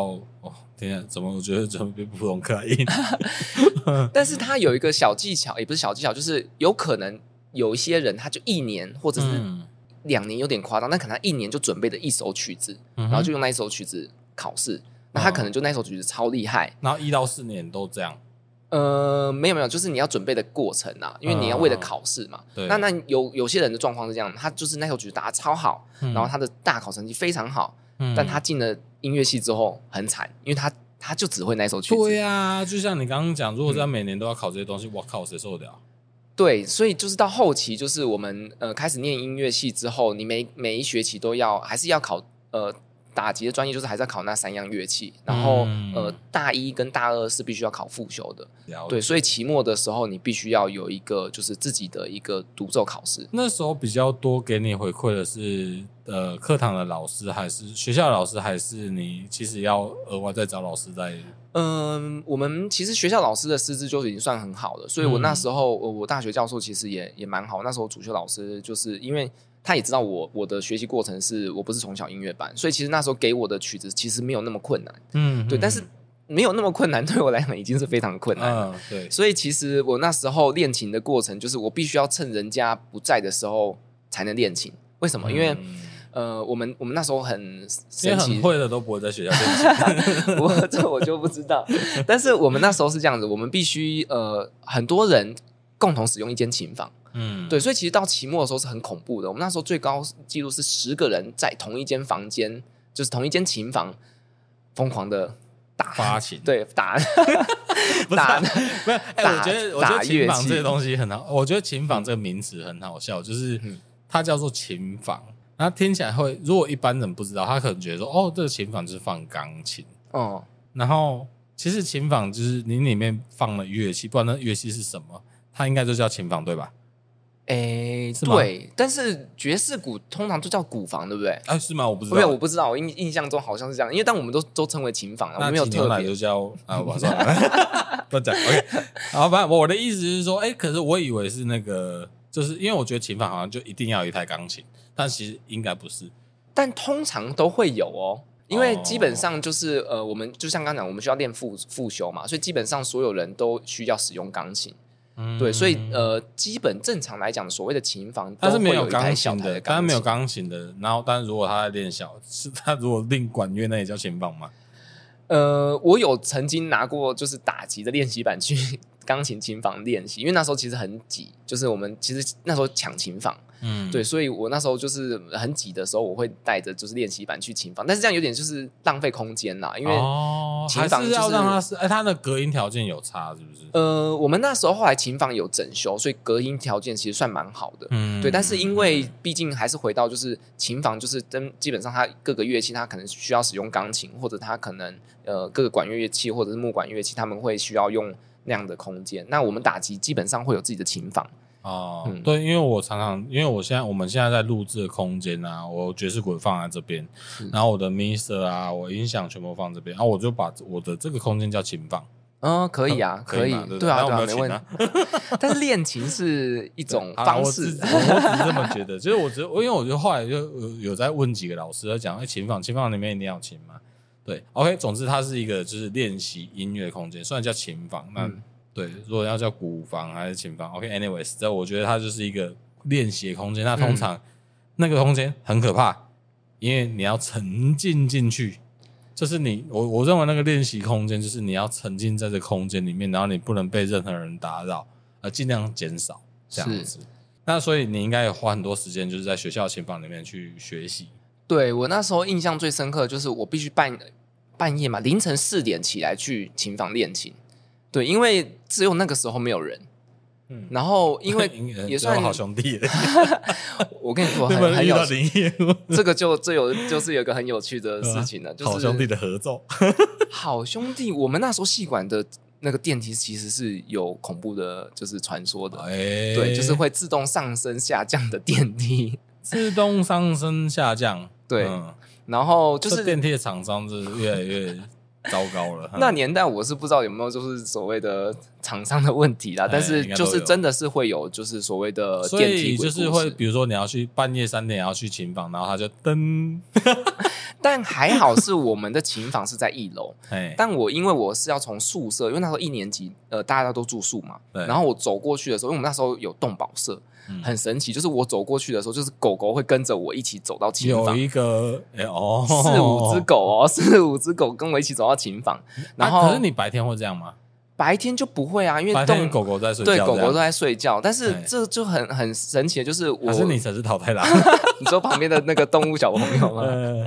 S1: 哦天啊，怎么我觉得怎么比普通 [laughs] 科硬？嗯
S2: 但是它有一个小技巧，也不是小技巧，就是有可能有一些人他就一年或者是
S1: 嗯，
S2: 两年有点夸张，但可能他一年就准备了一首曲子，
S1: 然
S2: 然后就用那一首曲子考试。那
S1: 哦
S2: 他可能就那一首曲子超厉害，
S1: 然后一到四年都这样，
S2: 呃，没有没有，就是你要准备的过程啊，因为你要
S1: 哦
S2: 为了考试嘛。
S1: 对，
S2: 那那有有些人的状况是这样，他就是那首曲子打得超好，
S1: 嗯
S2: 然后他的大考成绩非常好，
S1: 嗯
S2: 但他进了音乐系之后很惨，因为他他就只会那首曲子。
S1: 对呀、就像你刚刚讲，如果在每年都要考这些东
S2: 嗯
S1: 西，我靠，谁受得了？
S2: 对，所以就是到后期，就是我们呃开始念音乐系之后，你每每一学期都要还是要考呃打击的专业，就是还是要考那三样乐器。然后、
S1: 嗯
S2: 呃大一跟大二是必须要考复修的，
S1: 了解
S2: 对，，所以期末的时候你必须要有一个就是自己的一个独奏考试。
S1: 那时候比较多给你回馈的是，呃，课堂的老师还是学校的老师，还是你其实要额外再找老师在
S2: 嗯，我们其实学校老师的师资就已经算很好了，所以我
S1: 嗯
S2: 那时候、呃我大学教授其实也也蛮好。那时候主修老师就是因为他也知道我我的学习过程是我不是从小音乐班，所以其实那时候给我的曲子其实没有那么困难，
S1: 嗯
S2: 对，但是没有那么困难对我来讲已经是非常困难了。
S1: 嗯对，
S2: 所以其实我那时候练琴的过程，就是我必须要趁人家不在的时候才能练琴。为什么？因为、
S1: 嗯
S2: 呃，我们我们那时候很
S1: 因为
S2: 神奇
S1: 很，会的都不会在学
S2: [laughs]
S1: 校练习，
S2: 我这我 [laughs] 就不知道。但是我们那时候是这样子，我们必须呃很多人共同使用一间琴房，
S1: 嗯，
S2: 对，所以其实到期末的时候是很恐怖的。我们那时候最高记录是十个人在同一间房间，就是同一间琴房疯狂的打，
S1: 发情，
S2: 对打 [laughs]
S1: 不是啊
S2: 打。
S1: 不是，哎、
S2: 打
S1: 我觉得我觉
S2: 打
S1: 得琴
S2: 乐
S1: 房
S2: 器
S1: 这个东西很好，我觉得琴房这个名词很好笑，就是
S2: 嗯
S1: 它叫做琴房，然后听起来会，如果一般人不知道，他可能觉得说，哦，这个琴房就是放钢琴，
S2: 哦，
S1: 然后其实琴房就是你里面放了乐器，不然那乐器是什么？它应该就叫琴房对吧？
S2: 诶，
S1: 是吗
S2: 对，但是爵士鼓通常就叫鼓房，对不对？
S1: 哎，是吗？我不知
S2: 没有，我
S1: 道。
S2: 不知道，我印印象中好像是这样，因为但我们都都称为琴啊房了，我
S1: 那
S2: 们没有
S1: 挤
S2: 特
S1: 牛奶
S2: 别
S1: 就叫
S2: [laughs]
S1: 啊，我算了， [laughs] 不讲。OK，好，反正我的意思是说，哎、可是我以为是那个，就是因为我觉得琴房好像就一定要有一台钢琴，但其实应该不是。
S2: 但通常都会有哦，因为基本上就是呃，我们就像刚讲，我们需要练复复修嘛，所以基本上所有人都需要使用钢琴。
S1: 嗯
S2: 对，所以呃，基本正常来讲，所谓的琴房
S1: 他
S2: 都
S1: 是
S2: 会
S1: 没
S2: 有一台
S1: 钢
S2: 小
S1: 琴
S2: 台
S1: 的，
S2: 的
S1: 但是
S2: 钢
S1: 没有
S2: 琴。
S1: 钢琴的。然后，但是如果他在练小，是他如果练管乐，那也叫琴房嘛？
S2: 呃，我有曾经拿过就是打击的练习板去 [laughs] 钢琴琴房练习，因为那时候其实很挤，就是我们其实那时候抢琴房，
S1: 嗯，
S2: 对，，所以我那时候就是很挤的时候，我会带着就是练习板去琴房，但是这样有点就是浪费空间啦，因为、
S1: 哦，
S2: 琴
S1: 还
S2: 房
S1: 是
S2: 就
S1: 要
S2: 是
S1: 让他是，哎，他的隔音条件有差，是不是？
S2: 呃，我们那时候后来琴房有整修，所以隔音条件其实算蛮好的。
S1: 嗯，
S2: 对，但是因为毕竟还是回到就是琴房，就是真基本上它各个乐器，它可能需要使用钢琴，或者它可能呃各个管乐乐器或者是木管乐器，他们会需要用那样的空间。那我们打击基本上会有自己的琴房，
S1: 哦，
S2: 嗯
S1: 对，因为我常常，因为我现在我们现在在录制的空间啊，我爵士鼓放在这边，
S2: 嗯
S1: 然后我的 miser 啊，我音响全部放这边，啊然、后我就把我的这个空间叫琴房，
S2: 嗯，可以啊，
S1: 哦可以
S2: 以
S1: 嘛对不，对
S2: 对啊，
S1: 那
S2: 对
S1: 我
S2: 啊，
S1: 们
S2: 没
S1: 有
S2: 问
S1: 琴
S2: 题
S1: 啊。 [laughs]
S2: 但是练琴是一种
S1: 啊
S2: 方
S1: 我自
S2: 式 [laughs]
S1: 己，我只是这么觉得，就是我觉得，因为我觉得后来就有有在问几个老师，在讲，哎、琴房，琴房里面一定要有琴嘛？对，OK，总之它是一个就是练习音乐的空间，虽然叫琴房，那、
S2: 嗯
S1: 对，如果要叫鼓房还是琴房，OK，anyways，、这我觉得它就是一个练习的空间。那
S2: 嗯
S1: 通常、那个空间很可怕，因为你要沉浸进去，就是你我我认为那个练习空间就是你要沉浸在这个空间里面，然后你不能被任何人打扰，呃，尽量减少这样
S2: 是
S1: 子。那所以你应该也花很多时间，就是在学校的琴房里面去学习。
S2: 对我那时候印象最深刻的就是我必须半半夜嘛，凌晨四点起来去琴房练琴。对，因为只有那个时候没有人，
S1: 嗯
S2: 然后因为
S1: [laughs]
S2: 也
S1: 做
S2: 算
S1: 呃啊好兄弟，
S2: [laughs]
S1: [laughs]
S2: 我跟你说
S1: 对
S2: 很
S1: 吧？
S2: 很
S1: 遇
S2: 有
S1: 到林业务，
S2: 这个就这有就是有一个很有趣的事情了，就
S1: 啊 [laughs]
S2: 是
S1: 好兄弟的合奏，
S2: 好兄弟，我们那时候戏馆的那个电梯其实是有恐怖的，就是传说的，
S1: 哎
S2: 对，就是会自动上升下降的电梯，
S1: 自动上升下降，
S2: 对
S1: 嗯
S2: 然后就
S1: 这
S2: 是
S1: 电梯的厂商是越来越糟糕
S2: [laughs]
S1: 了。嗯
S2: 那年代我是不知道有没有就是所谓的厂商的问题啦
S1: 哎，
S2: 但是
S1: 应该都
S2: 就
S1: 有
S2: 是真的是会有就是所谓的
S1: 所
S2: 电梯
S1: 以就
S2: 鬼
S1: 是
S2: 故
S1: 会，
S2: 事
S1: 比如说你要去半夜三点要去琴房，然后他就
S2: [laughs]
S1: 噔，
S2: 但还好是我们的琴房是在一楼，
S1: [laughs] 哎，
S2: 但我因为我是要从宿舍，因为那时候一年级，呃，大家都住宿嘛，
S1: 对
S2: 然后我走过去的时候，因为我们那时候有动保社，
S1: 嗯
S2: 很神奇，就是我走过去的时候，就是狗狗会跟着我一起走到琴
S1: 有
S2: 房。
S1: 一个哎哦，
S2: 四
S1: [laughs]
S2: 五只狗哦，四五只狗跟我一起走到琴房，然
S1: 啊
S2: 后
S1: 可是你白天会这样吗？
S2: 白天就不会啊，因
S1: 白
S2: 为
S1: 天
S2: 动
S1: 狗狗在睡觉，
S2: 对狗狗都
S1: 这样，
S2: 在睡觉，但是
S1: 哎
S2: 这就很很神奇的，就是我
S1: 还是你才是淘汰
S2: [laughs]
S1: 啦？
S2: 你知道旁边的那个动物小朋友吗？
S1: [laughs] 呃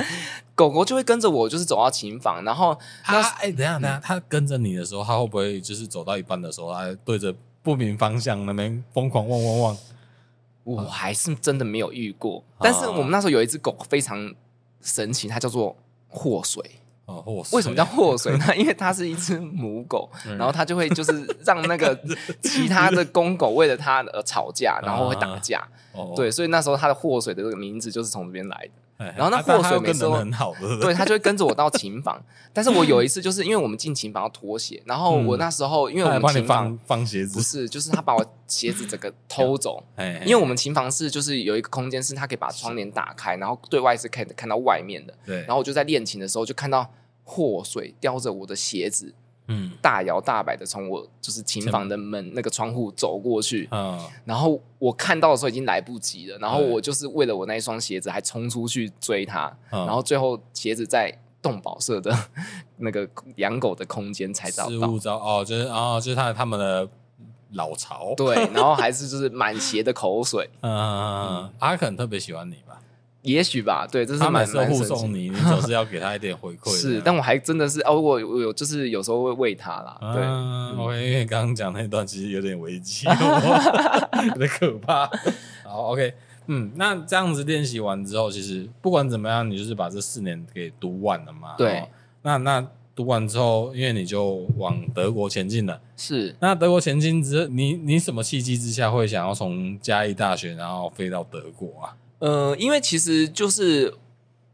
S2: 狗狗就会跟着我，就是走到琴房，然后
S1: [laughs] 他哎，等一下等一下，他跟着你的时候，他会不会就是走到一半的时候，他对着不明方向那边疯狂汪汪汪？
S2: 我还是真的没有遇过。
S1: 嗯啊
S2: 但是我们那时候有一只狗非常神奇，它叫做祸水。
S1: 哦，祸水
S2: 为什么叫祸
S1: [laughs]
S2: 水呢？因为它是一只母狗，
S1: 嗯
S2: 然后它就会就是让那个其他的公狗为了它而吵架，然后会打
S1: [laughs]
S2: 架。
S1: 哦，
S2: 对，所以那时候它的祸水的这个名字就是从这边来的。
S1: 哎
S2: 然后那
S1: 啊但
S2: 祸
S1: 他
S2: 水
S1: 又
S2: 每
S1: 跟
S2: 次
S1: 人
S2: 都
S1: 很好，对不
S2: 对，它就会跟着我到琴房。但是我有一次就是因为我们进琴房要脱鞋，然后我那时候因为
S1: 嗯他还
S2: 我们
S1: 帮你
S2: 琴房
S1: 放放鞋子
S2: 不，是，就是他把我鞋子整个偷走。
S1: 哎，
S2: 因为我们琴房是就是有一个空间是它可以把窗帘打开，然后对外是可以看到外面的。
S1: 对，
S2: 然后我就在练琴的时候就看到祸水叼着我的鞋子，
S1: 嗯
S2: 大摇大摆的从我就是琴房的门那个窗户走过去。
S1: 嗯，
S2: 然后我看到的时候已经来不及了，然后我就是为了我那一双鞋子还冲出去追他，
S1: 嗯
S2: 然后最后鞋子在动保社的那个养狗的空间才找
S1: 失
S2: 到。
S1: 物招哦，就是哦，就是他他们的老巢，
S2: 对，然后还是就是满鞋的口水，
S1: 嗯，阿肯特别喜欢你吧？
S2: 也许吧，对，这是
S1: 他每
S2: 蛮
S1: 次
S2: 蛮
S1: 护
S2: 神奇
S1: 送
S2: [laughs]
S1: 你，你总是要给他一点回馈
S2: 的。
S1: 的。
S2: 是，但我还真的是哦，我有我有就是有时候会喂它啦，对，
S1: 嗯，OK，因为刚刚讲那段其实有点危
S2: [laughs]
S1: 机，有点可怕。好，OK，嗯，那这样子练习完之后，其实不管怎么样，你就是把这四年给读完了嘛。
S2: 对
S1: 哦那那读完之后，因为你就往德国前进了。
S2: 是
S1: 那德国前进之，你你什么契机之下会想要从嘉义大学然后飞到德国啊？
S2: 呃，因为其实就是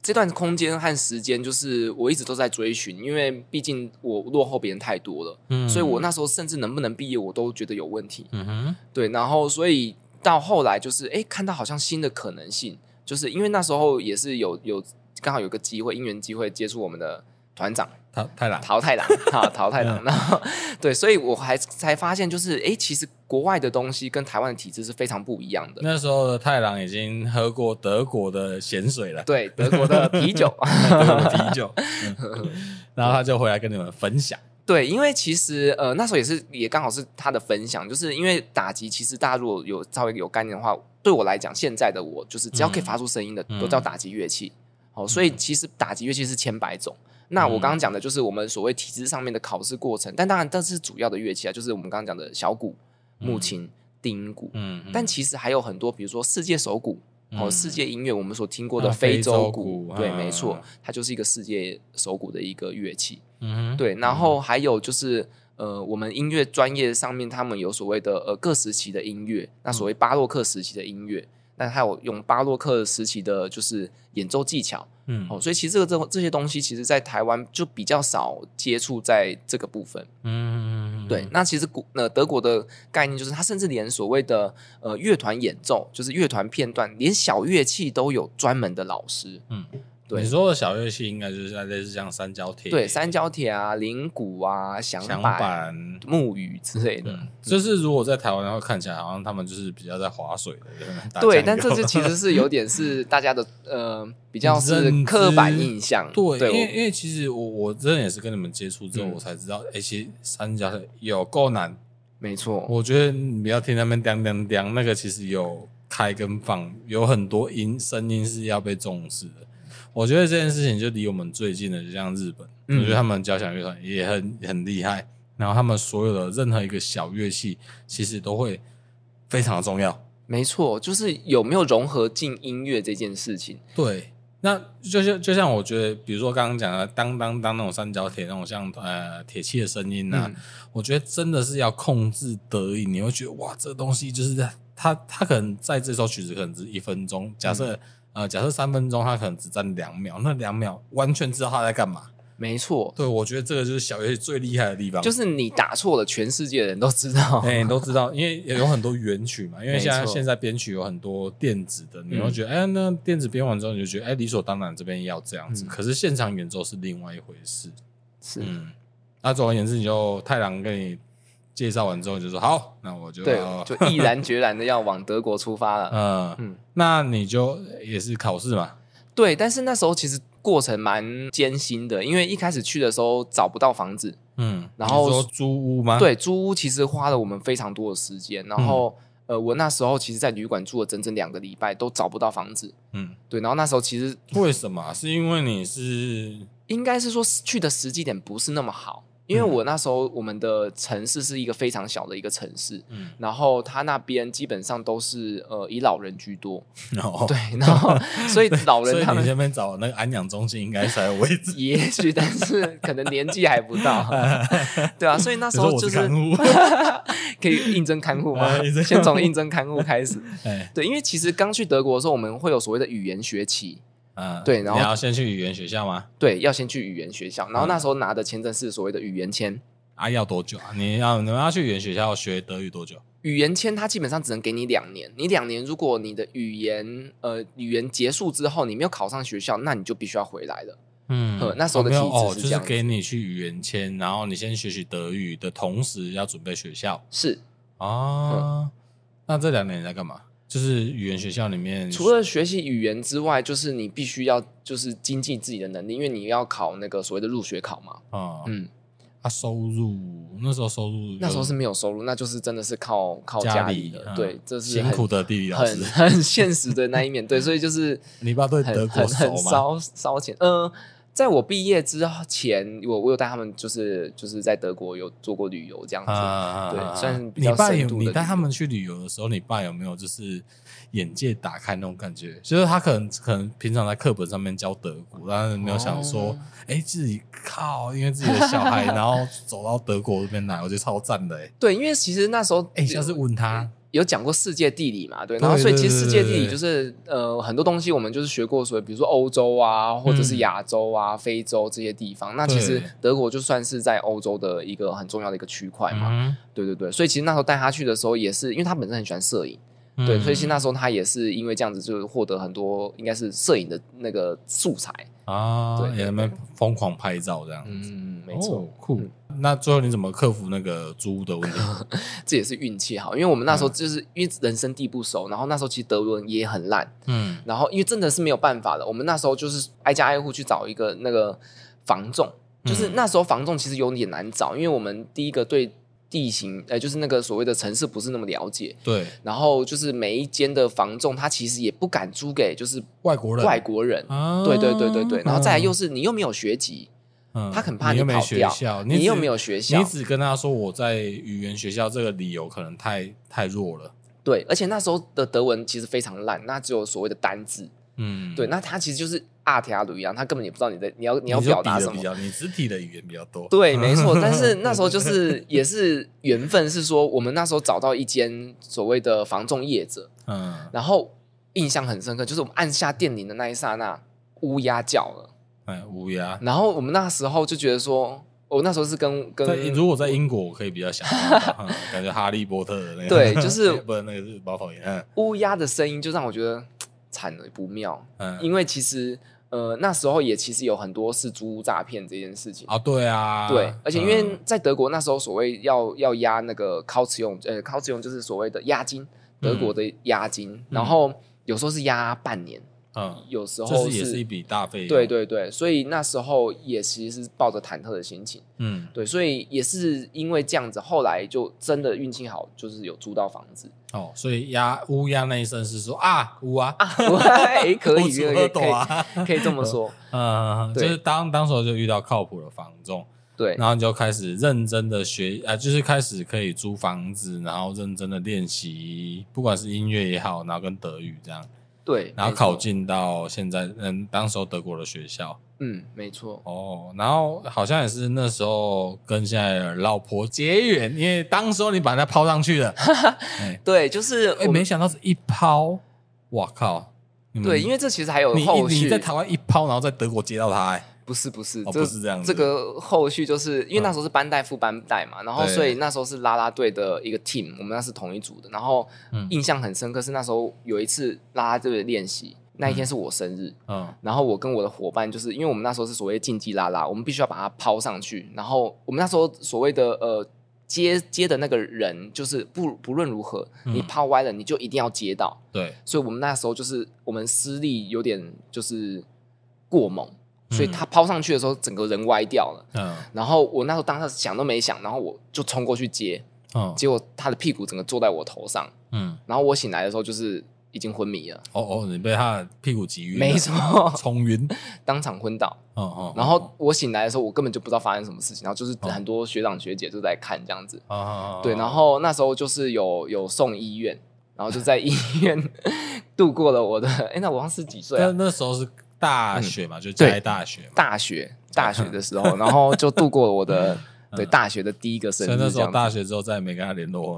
S2: 这段空间和时间，就是我一直都在追寻，因为毕竟我落后别人太多了，
S1: 嗯
S2: 所以我那时候甚至能不能毕业，我都觉得有问题。
S1: 嗯哼，
S2: 对，然后所以到后来就是，哎，看到好像新的可能性，就是因为那时候也是有有刚好有个机会，因缘机会接触我们的团长
S1: 太太懒，
S2: 淘汰郎哈，淘汰 [laughs] 郎。然后对，所以我还才发现，就是哎、诶其实国外的东西跟台湾的体制是非常不一样的。
S1: 那时候的太郎已经喝过德国的咸水了，
S2: 对，德国的啤酒，
S1: [laughs]
S2: 啊
S1: 德国的啤 [laughs] 酒，嗯然后他就回来跟你们分享。
S2: 对，因为其实呃那时候也是也刚好是他的分享，就是因为打击，其实大家如果有稍微有概念的话，对我来讲，现在的我就是只要可以发出声音的，
S1: 嗯
S2: 都叫打击乐器。哦，所以其实打击乐器是千百种。那
S1: 嗯
S2: 我刚刚讲的就是我们所谓体制上面的考试过程，但当然这是主要的乐器啊，就是我们刚刚讲的小鼓、木琴、定音鼓，
S1: 嗯，嗯
S2: 但其实还有很多，比如说世界手鼓。哦，
S1: 嗯
S2: 世界音乐我们所听过的
S1: 啊
S2: 非洲
S1: 非洲
S2: 鼓，
S1: 鼓
S2: 对，
S1: 啊
S2: 没错，它就是一个世界手鼓的一个乐器。
S1: 嗯哼，
S2: 对，然后还有就是呃，我们音乐专业上面他们有所谓的呃各时期的音乐，那
S1: 嗯
S2: 所谓巴洛克时期的音乐，那还有用巴洛克时期的就是演奏技巧
S1: 嗯
S2: 哦，所以其实这个这这些东西，其实在台湾就比较少接触在这个部分。
S1: 嗯嗯，嗯
S2: 对，，那其实古呃德国的概念就是，它甚至连所谓的呃乐团演奏，就是乐团片段，连小乐器都有专门的老师。
S1: 嗯，
S2: 对
S1: 你说的小乐器应该就是像类似像三角铁，
S2: 对，三角铁啊、铃鼓啊、响
S1: 响
S2: 板、
S1: 板。
S2: 木鱼之类的。
S1: 嗯，就是如果在台湾的话，看起来好像他们就是比较在划水的，打
S2: 对，
S1: 酱油
S2: 但这是其实是有
S1: [laughs]
S2: 点是大家的呃比较是
S1: 认知
S2: 刻板印象，
S1: 对，
S2: 对，
S1: 因为
S2: 我
S1: 因为其实我我真的也是跟你们接触之后，
S2: 嗯
S1: 我才知道，哎、其实三角铁有够难。
S2: 没错，
S1: 我觉得你不要听他们当当当，那个其实有开跟放，有很多音声音是要被重视的。我觉得这件事情就离我们最近的，就像日本，
S2: 嗯
S1: 我觉得他们交响乐团也很很厉害，然后他们所有的任何一个小乐器，其实都会非常的重要。
S2: 没错，就是有没有融合进音乐这件事情，
S1: 对，那就像就像我觉得，比如说刚刚讲的当当当那种三角铁那种像呃铁器的声音呐、
S2: 嗯
S1: 我觉得真的是要控制得宜，你会觉得哇，这东西就是在它它可能在这首曲子可能只一分钟，假设、呃假设三分钟，它可能只占两秒，那两秒完全知道它在干嘛。
S2: 没错，
S1: 对，我觉得这个就是小乐器最厉害的地方，
S2: 就是你打错了，全世界的人都知道，
S1: 哎、你都知道，因为有很多原曲嘛，因为现在
S2: 哦没错
S1: 现在编曲有很多电子的，你会
S2: 嗯
S1: 觉得，哎、那电子编完之后，你就觉得，哎、理所当然这边要这样子。
S2: 嗯
S1: 可是现场演奏是另外一回事，
S2: 是，
S1: 嗯。那总而言之，你就太郎跟你介绍完之后，你就说好，那我就
S2: 对
S1: 要，
S2: 就毅然决然的要往德国出发了，
S1: 啊嗯、
S2: 嗯
S1: 那你就也是考试嘛，
S2: 对，但是那时候其实过程蛮艰辛的，因为一开始去的时候找不到房子，
S1: 嗯，
S2: 然后
S1: 你说租屋吗？，
S2: 对，租屋其实花了我们非常多的时间。
S1: 嗯
S2: 然后，呃，我那时候其实，在旅馆住了整整两个礼拜，都找不到房子。
S1: 嗯，
S2: 对，然后那时候其实
S1: 为什么啊？是因为你是
S2: 应该是说去的时机点不是那么好，因为
S1: 嗯
S2: 我那时候我们的城市是一个非常小的一个城市，
S1: 嗯，
S2: 然后他那边基本上都是呃以老人居多，
S1: 哦，
S2: 对，然
S1: [laughs]
S2: 后所以老
S1: 所
S2: 人
S1: 以
S2: 他
S1: 你
S2: 们
S1: 这边找那个安养中心应该才有位
S2: [laughs]
S1: 置。
S2: 也许，但是可能年纪还不到，
S1: [laughs]
S2: 对啊，所以那
S1: 你
S2: 时
S1: 说
S2: 候
S1: 我
S2: 就是是
S1: 看护，
S2: [laughs] 可以应征看护吗
S1: 哎应征？
S2: 先
S1: 看
S2: 从
S1: 护
S2: 应征看护开始。
S1: 哎，
S2: 对，因为其实刚去德国的时候，我们会有所谓的语言学期，
S1: 嗯，
S2: 对然后
S1: 你要先去语言学校吗？
S2: 对，要先去语言学校，然后
S1: 嗯
S2: 那时候拿的签证是所谓的语言签。
S1: 啊，要多久啊？你要你们要去语言学校学德语多久？
S2: 语言签它基本上只能给你两年，你两年如果你的语言呃语言结束之后你没有考上学校，那你就必须要回来了。
S1: 嗯
S2: 呃那时候的
S1: 没有
S2: 体制
S1: 哦，
S2: 是
S1: 就
S2: 这
S1: 是
S2: 样
S1: 给你去语言签，然后你先学习德语的同时要准备学校
S2: 是，嗯
S1: 啊。那这两年你在干嘛？就是语言学校里面
S2: 除了学习语言之外，就是你必须要就是精进自己的能力，因为你要考那个所谓的入学考嘛。
S1: 啊，
S2: 嗯，
S1: 啊收入那时候收入
S2: 那时候是
S1: 有
S2: 没有收入，那就是真的是靠靠
S1: 家里
S2: 里的，
S1: 嗯
S2: 对，这是
S1: 辛
S2: 很
S1: 苦的地理老
S2: 很
S1: 师，
S2: 很现实的那一面对，所以就是
S1: [laughs] 你爸对德
S2: 很
S1: 国
S2: 很
S1: 熟
S2: 很
S1: 吗？
S2: 烧烧钱。嗯、在我毕业之前，我我有带他们，就是就是在德国有做过旅游这样子。
S1: 啊
S2: 对算是比
S1: 你
S2: 较
S1: 爸
S2: 深
S1: 有
S2: 度
S1: 你
S2: 的
S1: 带
S2: 旅
S1: 他
S2: 游
S1: 们去旅游的时候，你爸有没有就是眼界打开那种感觉？就是他可能可能平常在课本上面教德国，但是没有想说
S2: 哦，
S1: 哎、自己靠，因为自己的小
S2: [laughs]
S1: 孩，然后走到德国这边来，我觉得超赞的、欸。
S2: 对，因为其实那时候
S1: 哎、下次问他，
S2: 有讲过世界地理嘛，对，
S1: 对
S2: 然后所以
S1: 对
S2: 其
S1: 对
S2: 实世
S1: 对
S2: 界
S1: 对
S2: 地理
S1: 对
S2: 就是呃很多东西我们就是学过，所以比如说欧洲啊，或者是
S1: 嗯
S2: 亚洲啊、非洲这些地方。那其实
S1: 对
S2: 德国就算是在欧洲的一个很重要的一个区块嘛，
S1: 嗯，
S2: 对对对。所以其实那时候带他去的时候，也是因为他本身很喜欢摄影。对，
S1: 嗯
S2: 所以其实那时候他也是因为这样子，就获得很多应该是摄影的那个素材。
S1: 啊
S2: 对，对
S1: 也在那边疯狂拍照这样。
S2: 嗯，没错，嗯
S1: 哦酷。那最后你怎么克服那个租屋的
S2: [laughs]
S1: 问题？
S2: 这也是运气好，因为我们那
S1: 嗯
S2: 时候就是、因为人生地不熟，然后那时候其实德文也很烂，
S1: 嗯
S2: 然后因为真的是没有办法的，我们那时候就是挨家挨户去找一个那个房仲，就是
S1: 嗯
S2: 那时候房仲其实有点难找，因为我们第一个对地形，呃，就是那个所谓的城市不是那么了解，
S1: 对，
S2: 然后就是每一间的房仲他其实也不敢租给就是
S1: 外国人，
S2: 外国人，
S1: 啊，
S2: 对对对对对，然后再来又
S1: 是
S2: 是你又没有学籍，他很怕
S1: 嗯你又
S2: 跑
S1: 没学
S2: 掉，
S1: 校，
S2: 你又
S1: 只
S2: 没有学校
S1: 你，只跟他说我在语言学校，这个理由可能太太弱了。
S2: 对，而且那时候的德文其实非常烂，那只有所谓的单字。
S1: 嗯，
S2: 对，那他其实就是阿提阿鲁一样，他根本也不知道你的你要你
S1: 你
S2: 要
S1: 就
S2: 表达
S1: 比
S2: 什
S1: 的
S2: 么
S1: 比。较，你肢体的语言比较多。
S2: 对，没错。但是那时候就是也是缘分，是说我们那时候找到一间所谓的房仲业者，
S1: 嗯，
S2: 然后印象很深刻，就是我们按下电铃的那一刹那，乌鸦叫了。
S1: 哎，乌鸦。
S2: 然后我们那时候就觉得说，我那时候是跟
S1: 在
S2: 跟
S1: 如果在英国，我可以比较想象到，嗯感觉哈利波特的那个，
S2: 对就是
S1: [laughs] 不是那个是猫头鹰，嗯
S2: 乌鸦的声音，就让我觉得惨了不妙，
S1: 嗯，
S2: 因为其实呃那时候也其实有很多是租屋诈骗这件事情。
S1: 啊，对啊，
S2: 对，而且因
S1: 嗯
S2: 为在德国那时候所谓要要压那个 c o s 用，呃 c o s 用就是所谓的押金，德国的押金，然后有时候是押半年，
S1: 嗯，
S2: 有时候
S1: 就是也是一笔哦大费用，
S2: 对，对对，所以那时候也其实是抱着忐忑的心情，
S1: 嗯，
S2: 对，所以也是因为这样子，后来就真的运气好，就是有租到房
S1: [laughs]
S2: 子 [laughs]
S1: 哦，所以鸦乌鸦那一声是说啊乌啊，
S2: 啊，哎，可
S1: 我
S2: 以，
S1: 只
S2: 可
S1: 喝
S2: 以，
S1: 豆
S2: 可以，
S1: 啊，
S2: 可以这么说，
S1: 嗯，就
S2: 对
S1: 是当当时候就遇到靠谱的房仲，
S2: 对，
S1: 然后你就开始认真的学，啊，就是开始可以租房子，然后认真的练习，不管是音乐也好，然后跟德语这样，
S2: 对，
S1: 然后
S2: 没错
S1: 考，进到现在嗯，当时候德国的学校
S2: 嗯，没错，
S1: 哦，然后好像也是那时候跟现在的老婆结缘，因为当时候你把她抛上
S2: [laughs]
S1: 去了，哎、
S2: 对，就是
S1: 哎
S2: 我
S1: 没
S2: 们
S1: 想到是一抛，我靠，你们
S2: 对，因为这其实还有
S1: 你
S2: 后
S1: 你
S2: 续，
S1: 在台湾一抛，然后在德国接到他、哎
S2: 不是不是，
S1: 哦
S2: 这
S1: 不是这样子
S2: 这个后续就是因为那时候是班带副班带嘛，然后
S1: 对
S2: 所以那时候是啦啦队的一个 team，我们那是同一组的。然后
S1: 嗯
S2: 印象很深刻是那时候有一次啦啦队的练习，那一天是我生日，
S1: 嗯
S2: 然后我跟我的伙伴就是因为我们那时候是所谓竞技啦啦，我们必须要把它抛上去。然后我们那时候所谓的呃接接的那个人，就是不不论如何，
S1: 嗯
S2: 你抛歪了你就一定要接到。
S1: 对，
S2: 所以我们那时候就是我们施力有点就是过猛，
S1: 嗯
S2: 所以他抛上去的时候，整个人歪掉了。
S1: 嗯
S2: 然后我那时候当时想都没想，然后我就冲过去接，
S1: 嗯
S2: 结果他的屁股整个坐在我头上，
S1: 嗯，
S2: 然后我醒来的时候就是已经昏迷了，
S1: 哦哦，你被他的屁股挤晕了，
S2: 没错，
S1: [laughs]
S2: [laughs]
S1: 冲晕，
S2: 当场昏倒。
S1: 哦哦，
S2: 然后我醒来的时候，我根本就不知道发生什么事情，然后就是
S1: 哦
S2: 很多学长学姐就在看这样子，
S1: 哦哦，
S2: 对，然后那时候就是有有送医院，然后就在医院 [laughs] 度过了我的，哎，那我好像是几岁啊嗯
S1: 但？那时候是大学嘛，就嘉义大学嘛，
S2: 大学大学的
S1: [laughs]
S2: 时候，然后就度过了我的对大学的第一个生
S1: 嗯所
S2: 日
S1: 以那时
S2: 这样
S1: 候
S2: 子。
S1: 大学之后再也没跟他联
S2: [laughs]
S1: 络，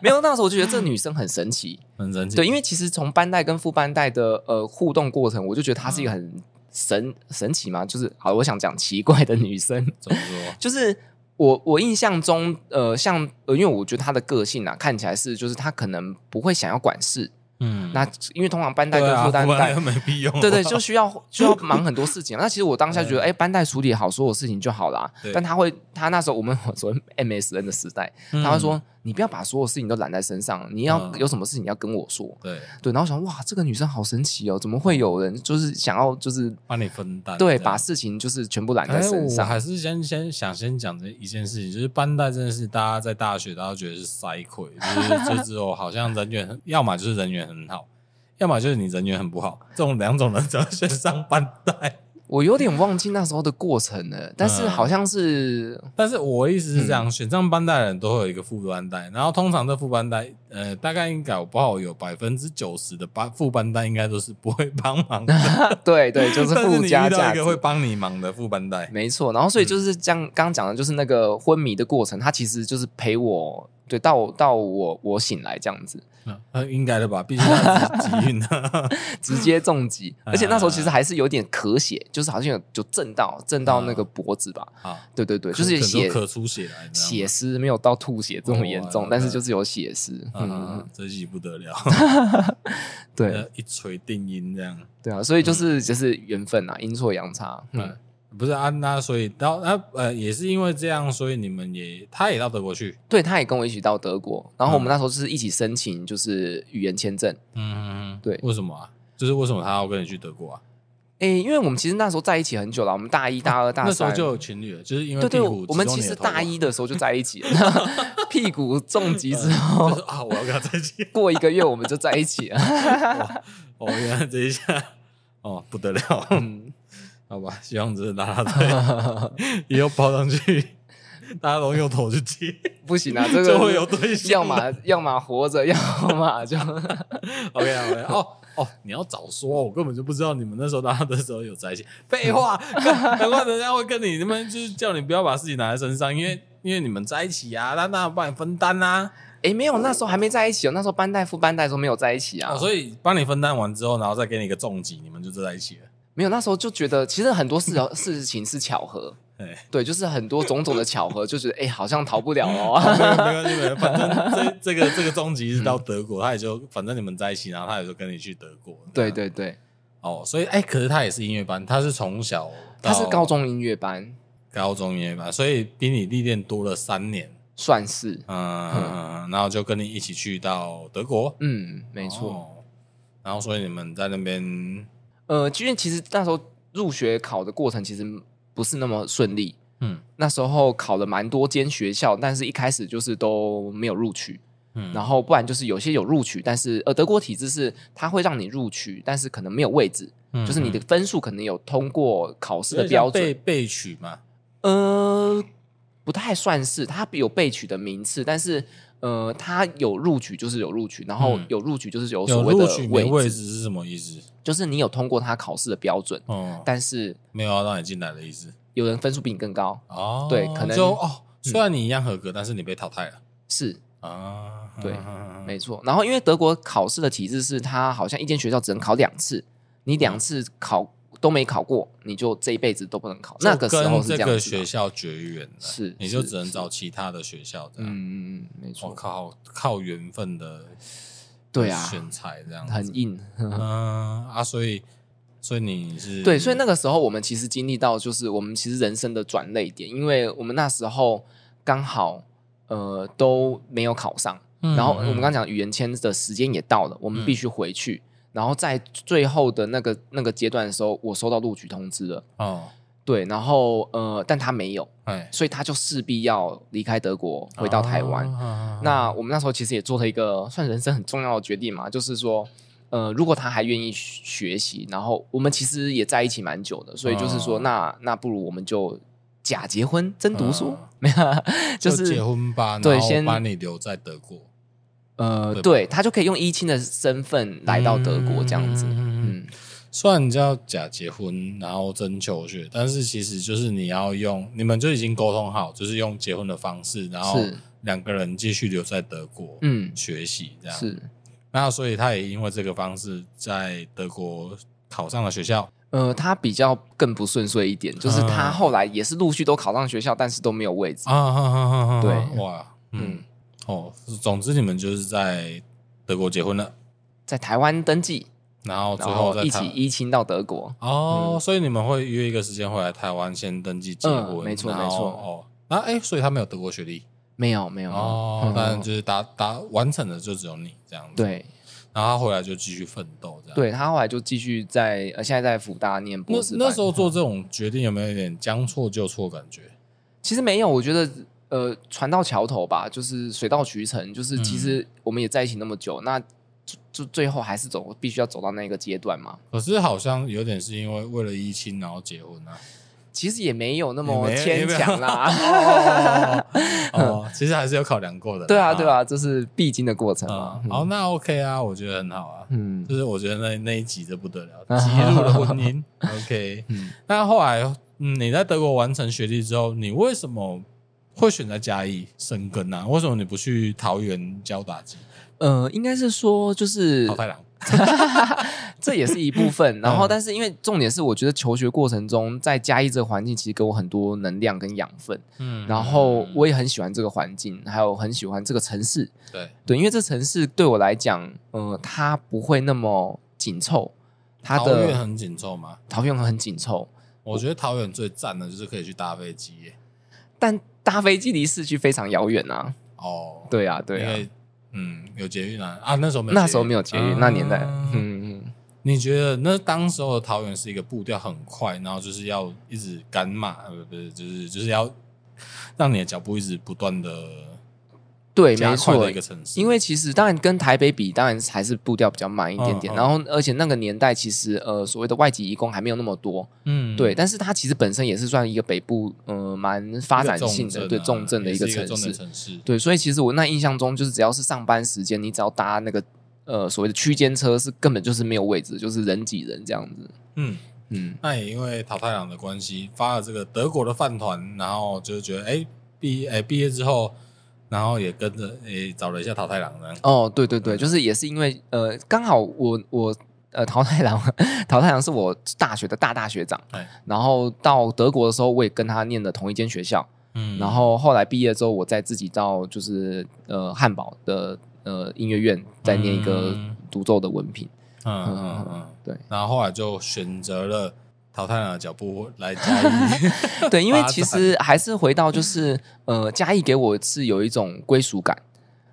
S2: 没有，那时候我就觉得这女生很神奇，
S1: 很神奇。
S2: 对，因为其实从班带跟副班带的呃互动过程，我就觉得她是一个很神神奇嘛，就是好，我想讲奇怪的女生， [laughs]
S1: 怎么说？
S2: 就是。我我印象中，呃，像呃，因为我觉得她的个性啊，看起来是就是她可能不会想要管事。
S1: 嗯，
S2: 那因为通常班带
S1: 对
S2: 跟
S1: 啊，
S2: 副班
S1: 不
S2: 带
S1: 然，又没必用，
S2: 对对，就需要需要忙很多事情啊。那其实我当下觉得，哎、班带处理好所有事情就好啦
S1: 嗯对。
S2: 但他会，他那时候我们所谓 MSN 的时代，
S1: 嗯
S2: 他会说，你不要把所有事情都揽在身上，你要、
S1: 嗯
S2: 有什么事情要跟我说。
S1: 对，
S2: 对，然后想，哇，这个女生好神奇哦，怎么会有人就是想要就是
S1: 帮你分担，
S2: 对
S1: 这样
S2: 把事情就是全部揽在
S1: 哎，
S2: 身
S1: 我
S2: 上？
S1: 还是先先想先讲这一件事情，就是班带真的是大家在大学大家都觉得是塞亏，就是就只有好像人缘很，要么就是人缘很好，要么就是你人缘很不好，这种两种人只要选上班带。
S2: 我有点忘记那时候的过程了，但是
S1: 嗯
S2: 好像是
S1: 但是我的意思是这样，选上班带的人都会有一个副班带，然后通常这副班带，呃，大概应该我不好有百分之九十的班副班带应该都是不会帮忙的，
S2: 对对，就
S1: [laughs]
S2: 是
S1: 但
S2: 附
S1: 你遇到
S2: 加价
S1: 一
S2: 值
S1: 个。会帮你忙的副班带，嗯
S2: 没错，然后所以就是这样，刚刚讲的就是那个昏迷的过程，他其实就是陪我对，到我到我我醒来这样子，
S1: 嗯，呃应该的吧，毕竟他是集运的，
S2: 直接
S1: [laughs]
S2: 重击，而且那时候
S1: 啊
S2: 其实还是有点咳血，就是好像有就震到震到那个脖子吧，
S1: 啊，
S2: 对对对，
S1: 可
S2: 就是
S1: 可能都
S2: 血
S1: 咳出血来，你知道吗
S2: 血丝没有到吐血这么严
S1: 哦
S2: 重，但是就是有血丝，
S1: 啊啊
S2: 嗯，嗯，
S1: 啊这集不得了，
S2: 嗯对
S1: 呃一锤定音这样。
S2: 对啊，所以就是就是缘分啊，阴错阳差，嗯
S1: 嗯，不是啊，那所以到啊呃，也是因为这样，所以你们也他也到德国去，
S2: 对，他也跟我一起到德国，然后我们那时候是一起申请就是语言签证，
S1: 嗯，
S2: 对
S1: 为什么啊？就是为什么他要跟你去德国啊？
S2: 诶，因为我们其实那时候在一起很久了，我们大一、大二、大
S1: 哦那时候
S2: 三
S1: 就有情侣了，就是因为
S2: 对对，
S1: 壁虎
S2: 我我们
S1: 击中你
S2: 其实
S1: 的头啊
S2: 大一的时候就在一
S1: [laughs]
S2: 起了，屁股重击之后
S1: 就，是啊，我要跟他在一
S2: [laughs]
S1: 起，
S2: 过一个月我们就在一
S1: [laughs]
S2: 起了。
S1: 哦，原来这一下哦不得了， [laughs]
S2: 嗯，
S1: 好吧，希望这是拉拉
S2: [laughs]
S1: 队以后包上去，大家都用头去接，
S2: 不行啊，这个
S1: 就会有对象
S2: 要么要么活着，要么就
S1: OK
S2: [laughs]
S1: OK 哦。哦，你要早说，我根本就不知道你们那时候拉拉队的时候有在一起。废话，干难怪人家会跟你他们就是叫你不要把事情拿在身上，因为因为你们在一起啊，那那帮你分担啊。
S2: 诶，没有，那时候还没在一起哦，那时候班代副班代的时候没有在一起啊，
S1: 哦，所以帮你分担完之后，然后再给你一个重击，你们就在一起了。
S2: 没有，那时候就觉得其实很多事哦事情是巧合，
S1: 哎，
S2: 对，就是很多种种的巧合，就觉得诶，好像逃不了
S1: 没
S2: 哦。
S1: 有没关系，没有，反正
S2: [laughs]
S1: 这这个这个终极是到德国，他也就反正你们在一起，然后他也就跟你去德国。
S2: 对对对，
S1: 哦，所以哎、可是他也是音乐班，他是从小
S2: 他是
S1: 到
S2: 高中音乐班，
S1: 高中音乐班，所以比你历练多了三年。
S2: 算是，
S1: 嗯，然后就跟你一起去到德国，
S2: 嗯，没错。
S1: 哦然后所以你们在那边，
S2: 呃，因为其实那时候入学考的过程其实不是那么顺利，
S1: 嗯
S2: 那时候考了蛮多间学校，但是一开始就是都没有录取，
S1: 嗯
S2: 然
S1: 后
S2: 后不然就是有些有录取，但是呃，德国体制是它会让你录取，但是可能没有位置，
S1: 嗯
S2: 就是你的分数可能有通过考试的标
S1: 被
S2: 准，
S1: 被取嘛，
S2: 呃，不太算是它有被取的名次，但是。呃，它有录取就是有录取，然后
S1: 嗯
S2: 有录取就是有所
S1: 有
S2: 谓
S1: 录
S2: 的
S1: 取没
S2: 位置，
S1: 位置是什么意思？
S2: 就是你有通过它考试的标准，
S1: 哦，
S2: 但是
S1: 没有要让你进来的意思。
S2: 有人分数比你更高，
S1: 哦，
S2: 对可能嗯
S1: 就哦，虽然你一样合格，但是你被淘汰了
S2: 是
S1: 啊。
S2: 对
S1: 嗯
S2: 没错。然后因为德国考试的体制是，它好像一间学校只能考两次，你
S1: 嗯
S2: 两次考都没考过，你就这一辈子都不能考。那个时候
S1: 跟
S2: 是
S1: 这
S2: 样
S1: 个
S2: 子
S1: 学
S2: 嘛
S1: 校绝缘了，
S2: 是
S1: 你就是只能
S2: 是
S1: 找其他的学校这样。
S2: 嗯嗯嗯，没
S1: 我
S2: 错，
S1: 靠，靠缘分的
S2: 对啊
S1: 选材这样子
S2: 很硬。
S1: 嗯啊，所以所以你是
S2: 对，所以那个时候我们其实经历到，就是我们其实人生的转泪点，因为我们那时候刚好呃都没有考上，
S1: 嗯
S2: 然后我们刚讲语言签的时间也到了，我们必须回去。然后在最后的那个那个阶段的时候，我收到录取通知了，
S1: 哦，
S2: 对，然后呃，但他没有，
S1: 哎，
S2: 所以他就势必要离开德国，回到台湾。
S1: 啊
S2: 那我们那时候其实也做了一个算人生很重要的决定嘛，就是说，呃，如果他还愿意学习，然后我们其实也在一起蛮久的，所以就是说，
S1: 哦
S2: 那那不如我们就假结婚真读书，
S1: 嗯
S2: [laughs] 没有啊，
S1: 就是结婚吧，
S2: 对
S1: 然后
S2: 先
S1: 把你留在德国，
S2: 呃，
S1: 对吧
S2: 对他就可以用一亲的身份来到德国这样子，
S1: 嗯
S2: 嗯，
S1: 虽然你叫假结婚，然后真求学，但是其实就是你要用，你们就已经沟通好，就是用结婚的方式，然后
S2: 是，
S1: 两个人继续留在德国，
S2: 嗯，
S1: 学习这样。
S2: 是。
S1: 那所以他也因为这个方式在德国考上了学校，
S2: 呃，他比较更不顺遂一点，就是他后来也是陆续都考上学校，但是都没有位置。
S1: 嗯啊啊啊啊啊！
S2: 对
S1: 哇，嗯
S2: 嗯，
S1: 哦，总之你们就是在德国结婚了，在
S2: 在台湾登记，
S1: 然后哦最
S2: 然
S1: 后
S2: 后
S1: 在
S2: 一
S1: 台
S2: 起嗯一亲到德国。
S1: 哦，所以你们会约一个时间回来台湾先登记结婚，
S2: 嗯没错
S1: 然后
S2: 没错
S1: 哦，那哎，所以他没有德国学历
S2: 没有没有
S1: 哦
S2: 嗯，
S1: 但就是达达完成的就只有你这样子。，
S2: 对
S1: 然后他回来就继续奋斗这样。，
S2: 对，他后来就继续在呃，现在在福大念
S1: 那
S2: 博士班。
S1: 那时候做这种决定有没有一点将错就错感觉？
S2: 其实没有，我觉得呃，船到桥头吧，就是水到渠成，就是
S1: 嗯
S2: 其实我们也在一起那么久，那就就最后还是走，必须要走到那个阶段嘛。
S1: 可是好像有点是因为为了一亲然后结婚
S2: [laughs]
S1: 啊。
S2: 其实也没有那
S1: 也
S2: 么
S1: 没
S2: 牵强
S1: [laughs]
S2: 啦，
S1: 哦，哦其实还是有考量过的啦。
S2: [laughs] 对啊对
S1: 啊。
S2: 啊，这是必经的过程嘛
S1: 嗯，。好，那 OK 啊，我觉得很好啊。
S2: 嗯
S1: 就是我觉得那那一集就不得
S2: [laughs]
S1: 了，极入了婚姻。OK，
S2: 嗯
S1: 那后来，嗯，你在德国完成学历之后，你为什么会选在嘉义生根啊？为什么你不去桃园教打击
S2: 呃，应该是说就是
S1: 桃太郎？
S2: [laughs] 这也是一部
S1: 嗯
S2: 分。然后，但是因为重点是，我觉得求学过程中，在嘉义这个环境，其实给我很多能量跟养分。
S1: 嗯
S2: 然后我也很喜欢这个环境，还有很喜欢这个城市。
S1: 对
S2: 对，因为这城市对我来讲，呃，它不会那么紧凑，它
S1: 桃园
S2: 的
S1: 很紧凑嘛，
S2: 桃园很紧凑，
S1: 我觉得桃园最赞的就是可以去搭飞机耶
S2: 但搭飞机离市区非常遥远啊。
S1: 哦，
S2: 对啊，对
S1: 因
S2: 啊，
S1: 为嗯有捷运啊啊那时候没有
S2: 那时候没有捷运，那年代，
S1: 啊
S2: 嗯嗯，
S1: 你觉得那当时候的桃园是一个步调很快，然后就是要一直赶马，呃，不不是，就是就是要让你的脚步一直不断的
S2: 对，
S1: 加
S2: 没
S1: 快
S2: 错
S1: 的一，个城市。
S2: 因为其实当然跟台北比，当然还是步调比较慢一点点。
S1: 嗯嗯
S2: 然后，而且那个年代其实呃，所谓的外籍移工还没有那么多，
S1: 嗯
S2: 对。但是它其实本身也是算一个北部呃蛮发展性的，对重镇的
S1: 一
S2: 一
S1: 个
S2: 个
S1: 重镇啊也是一个重
S2: 城
S1: 点
S2: 市，
S1: 城市，
S2: 对。所以其实我那印象中，就是只要是上班时间，你只要搭那个呃所谓的区间车，是根本就是没有位置，就是人挤人这样子。
S1: 嗯，
S2: 嗯，
S1: 那也因为桃太郎的关系，发了这个德国的饭团，然后就是觉得哎毕哎毕业之后，然后也跟着哎找了一下桃太郎呢，
S2: 哦，对对对，就是也是因为呃，刚好我我呃桃太郎， [laughs] 桃太郎是我大学的大大学长
S1: 哎，
S2: 然后到德国的时候，我也跟他念的同一间学校，
S1: 嗯
S2: 然后后来毕业之后，我再自己到就是呃汉堡的呃音乐院再念一个
S1: 嗯
S2: 独奏的文凭，
S1: 嗯
S2: 嗯
S1: 嗯
S2: 嗯
S1: 嗯，
S2: 对
S1: 然后后来就选择了桃太郎的脚步来加以
S2: 对，因为
S1: 发
S2: 其
S1: 展
S2: 实还是回到就是
S1: [laughs]
S2: 呃嘉义给我是有一种归属感，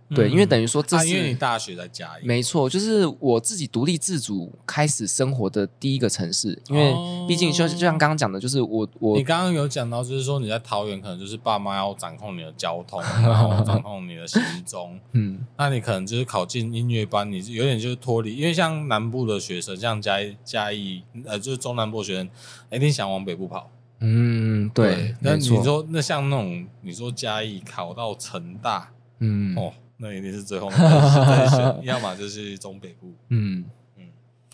S2: [laughs] 对，因为等于说这
S1: 啊，
S2: 是、
S1: 因为你大学在嘉义，
S2: 没错，就是我自己独立自主开始生活的第一个城市，因为
S1: 哦
S2: 毕竟就就像刚刚讲的，就是我我
S1: 你刚刚有讲到，就是说你在桃园可能就是爸妈要掌控你的交通，然后掌控你的行踪，
S2: 嗯
S1: 那你可能就是考进音乐班，你有点就是脱离，因为像南部的学生，像嘉义嘉义呃，就是中南部的学生，一定想往北部跑。
S2: 嗯对，
S1: 那
S2: 没
S1: 你
S2: 错，
S1: 说那像那种你说嘉义考到成大
S2: 嗯
S1: 哦，那一定是 [laughs] 最后面再选，要么就是中北部，嗯
S2: 嗯嗯，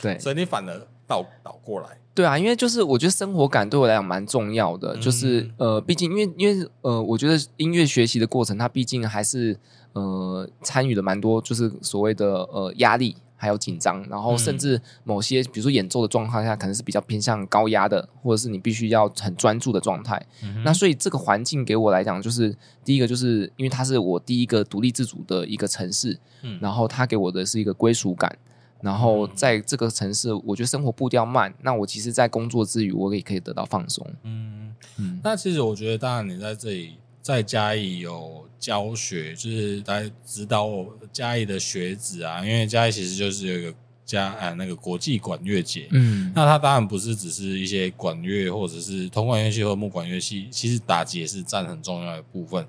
S2: 对
S1: 所以你反而倒倒过来，
S2: 对啊，因为就是我觉得生活感对我来讲蛮重要
S1: 嗯
S2: 的，就是呃，毕竟因为因为呃，我觉得音乐学习的过程，它毕竟还是呃参与了蛮多，就是所谓的呃压力。还有紧张，然后甚
S1: 嗯
S2: 至某些，比如说演奏的状况下，可能是比较偏向高压的，或者是你必须要很专注的状态。
S1: 嗯
S2: 那所以这个环境给我来讲，就是第一个，就是因为它是我第一个独立自主的一个城市，
S1: 嗯
S2: 然后它给我的是一个归属感。然后在这个城市，我觉得生活步调慢，那我其实，在工作之余，我也可以得到放松。
S1: 嗯。 [laughs]
S2: 嗯，
S1: 那其实我觉得，当然你在这里在嘉义有教学，就是来指导我嘉义的学子啊，因为嘉义其实就是有一个嘉啊那个国际管乐节。
S2: 嗯，
S1: 那它当然不是只是一些管乐或者是铜管乐器或木管乐器，其实打击也是占很重要的部分。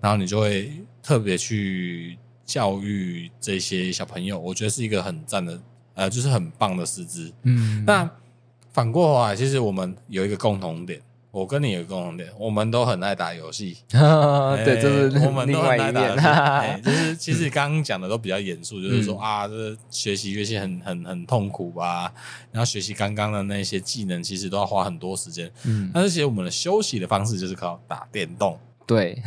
S1: 然后你就会特别去教育这些小朋友，我觉得是一个很赞的，呃，就是很棒的师资。 [laughs]
S2: 嗯
S1: 那反过来，其实我们有一个共同点，我跟你有一个共同点，我们都很爱打游戏。
S2: 啊对，
S1: 哎
S2: 这是
S1: 我们
S2: 另
S1: 都很
S2: 外
S1: 爱
S2: 一嗯
S1: 打游
S2: 面
S1: 戏。
S2: [laughs]
S1: 哎。就是 [laughs] 其实刚刚讲的都比较严肃，就是说啊，这学习乐器很很很痛苦吧，然后学习刚刚的那些技能，其实都要花很多时间。
S2: 嗯，
S1: 但是其实我们的休息的方式就是靠打电
S2: [laughs]
S1: 动。
S2: 对，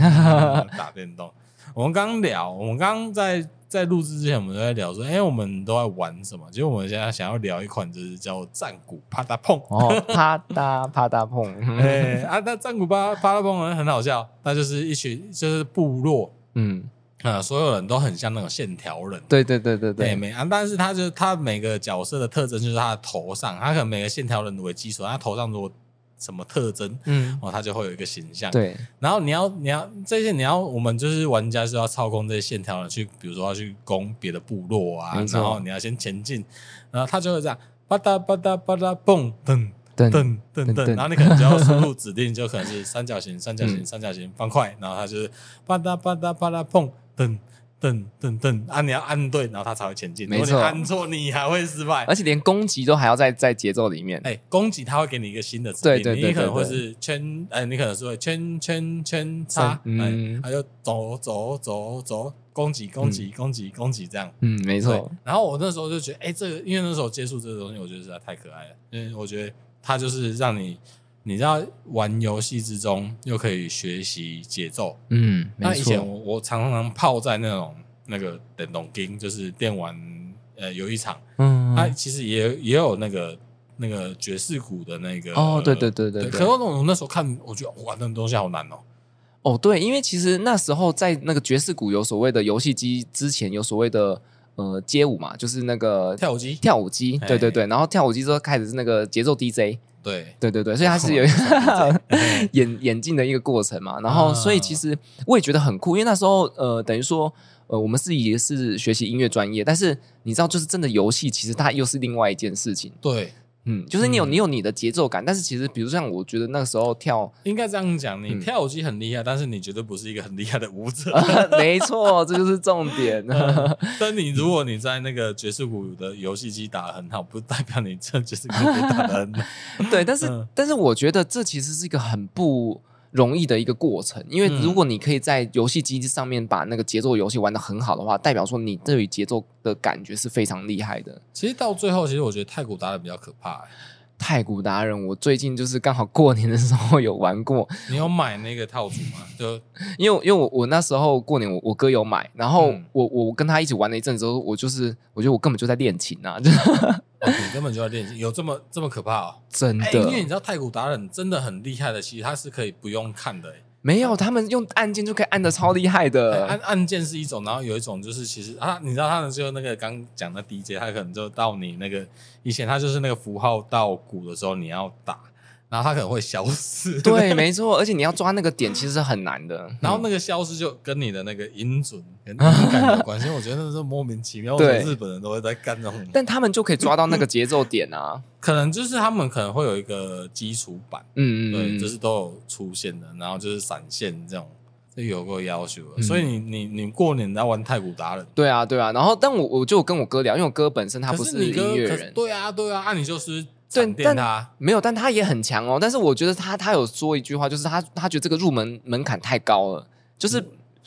S1: 打电动。我们刚聊，我们刚在在录制之前，我们都在聊说，哎、我们都在玩什么？其实我们现在想要聊一款，就是叫《战鼓啪嗒碰》。
S2: 哦，啪嗒啪嗒
S1: 哎、
S2: 碰，
S1: 啊，那《战鼓啪啪嗒碰》很好笑，那就是一群就是部落
S2: 嗯，
S1: 啊、呃所有人都很像那种线条人。
S2: 对对对对
S1: 对，
S2: 对，
S1: 没啊，但是他就是他每个角色的特征就是他的头上，他可能每个线条人为基础，他头上如果什么特征，
S2: 嗯，
S1: 哦，他就会有一个形象。
S2: 对，
S1: 然后你要你要这些你要我们就是玩家是要操控这些线条的，去比如说要去攻别的部落啊
S2: 没，错
S1: 然后你要先前进，然后他就会这样吧嗒吧嗒吧嗒蹦噔
S2: 对，
S1: 噔噔
S2: 噔
S1: 噔，
S2: 噔
S1: 然后你可能只要输入指令，就可能
S2: [laughs]
S1: 是三角形三角
S2: 嗯
S1: 形三角形方块，然后它就是吧嗒吧嗒吧嗒蹦噔噔噔噔，啊你要按对，然后它才会前进，
S2: 没
S1: 如果你
S2: 错
S1: 按错你还会失败
S2: 而。且连攻击都还要在在节奏里面。
S1: 哎、攻击它会给你一个新的指令，
S2: 对对对
S1: 你可能会
S2: 对对
S1: 是圈，哎、你可能是会圈圈圈叉，嗯，
S2: 嗯
S1: 它、就走走走走，攻击攻击攻击攻击这样。
S2: 嗯，
S1: 对
S2: 没错，，
S1: 然后我那时候就觉得，哎、这个因为那时候接触这个东西，我觉得实在太可爱了，因为我觉得它就是让你你知道玩游戏之中又可以学习节奏。
S2: 嗯，
S1: 那
S2: 没
S1: 以前
S2: 错，
S1: 我我常常泡在那种那个电动 game，就是电玩呃游戏场，
S2: 嗯，
S1: 它其实也也有那个那个爵士鼓的那个
S2: 哦，对对对对
S1: 可是我那时候看，我觉得哇，那东西好难哦。
S2: 哦，对，因为其实那时候在那个爵士鼓有所谓的游戏机之前，有所谓的呃街舞嘛，就是那个
S1: 跳舞机，
S2: 跳舞机，
S1: 哎
S2: 对对对，然后跳舞机之后开始是那个节奏 DJ，
S1: 对，
S2: 对对对，所以它是
S1: 哦
S2: 有一 [laughs] 个演演进的一个过程嘛。然后，
S1: 哎啊
S2: 所以其实我也觉得很酷，因为那时候呃，等于说呃，我们自己是学习音乐专业，但是你知道，就是真的游戏其实它又是另外一件事情。
S1: 对，
S2: 嗯，就是你有
S1: 嗯
S2: 你有你的节奏感，但是其实比如像我觉得那个时候跳，
S1: 应该这样讲，你
S2: 嗯
S1: 跳舞机很厉害，但是你绝对不是一个很厉害的舞者。
S2: [laughs] 没错，这就是重
S1: [laughs]
S2: 点。
S1: 但你如果你在那个爵士鼓的游戏机打得很好，不代表你这爵士鼓可以打得很好。
S2: [laughs]
S1: [laughs]
S2: 对，但是、
S1: 嗯
S2: 但是我觉得这其实是一个很不容易的一个过程，因为
S1: 嗯
S2: 如果你可以在游戏机上面把那个节奏游戏玩的很好的话，代表说你对于节奏的感觉是非常厉害的。
S1: 其实到最后，其实我觉得太鼓打得比较可怕、欸
S2: 太鼓达人，我最近就是刚好过年的时候有玩过， [laughs]
S1: 你有买那个套组吗？就哦
S2: 因为因为我我那时候过年我我哥有买，然后
S1: 嗯
S2: 我我跟他一起玩了一阵之后，我就是我觉得我根本就在练琴啊，就是
S1: 哦，你根本就要练习，有这么这么可怕哦？
S2: 真
S1: 哎、
S2: 的、
S1: 因为你知道太鼓达人真的很厉害的，其实他是可以不用看的、欸
S2: 没有，他们用按键就可以按的超厉害的，
S1: 哎按按键是一种，然后有一种就是其实啊，你知道他的就那个刚讲的 DJ，他可能就到你那个以前他就是那个符号到鼓的时候你要打，然后他可能会消 [laughs] 失。
S2: 对，没错，而且你要抓那个点其实是很难的。
S1: 然后那个消失就跟你的那个音
S2: [laughs]
S1: 准跟音感有关系，我觉得那是莫名其妙，为
S2: 嗯对
S1: 什么日本人都会在干这种，
S2: 但他们就可以抓到那个节奏点
S1: [laughs]
S2: 啊。
S1: 可能就是他们可能会有一个基础版，
S2: 嗯嗯，
S1: 对，
S2: 嗯，
S1: 就是都有出现的，然后就是闪现这种，这有过要求的，
S2: 嗯
S1: 所以你你你过年你在玩太鼓达人，
S2: 对啊对啊。然后，但我我就有跟我哥聊，因为我哥本身他不
S1: 可你
S2: 音
S1: 哥
S2: 乐
S1: 可是
S2: 人，
S1: 对啊对啊，那你就是啊闪电
S2: 但
S1: 他，
S2: 没有，但他也很强哦。但是我觉得他他有说一句话，就是他他觉得这个入门门槛太高了，
S1: 嗯
S2: 就是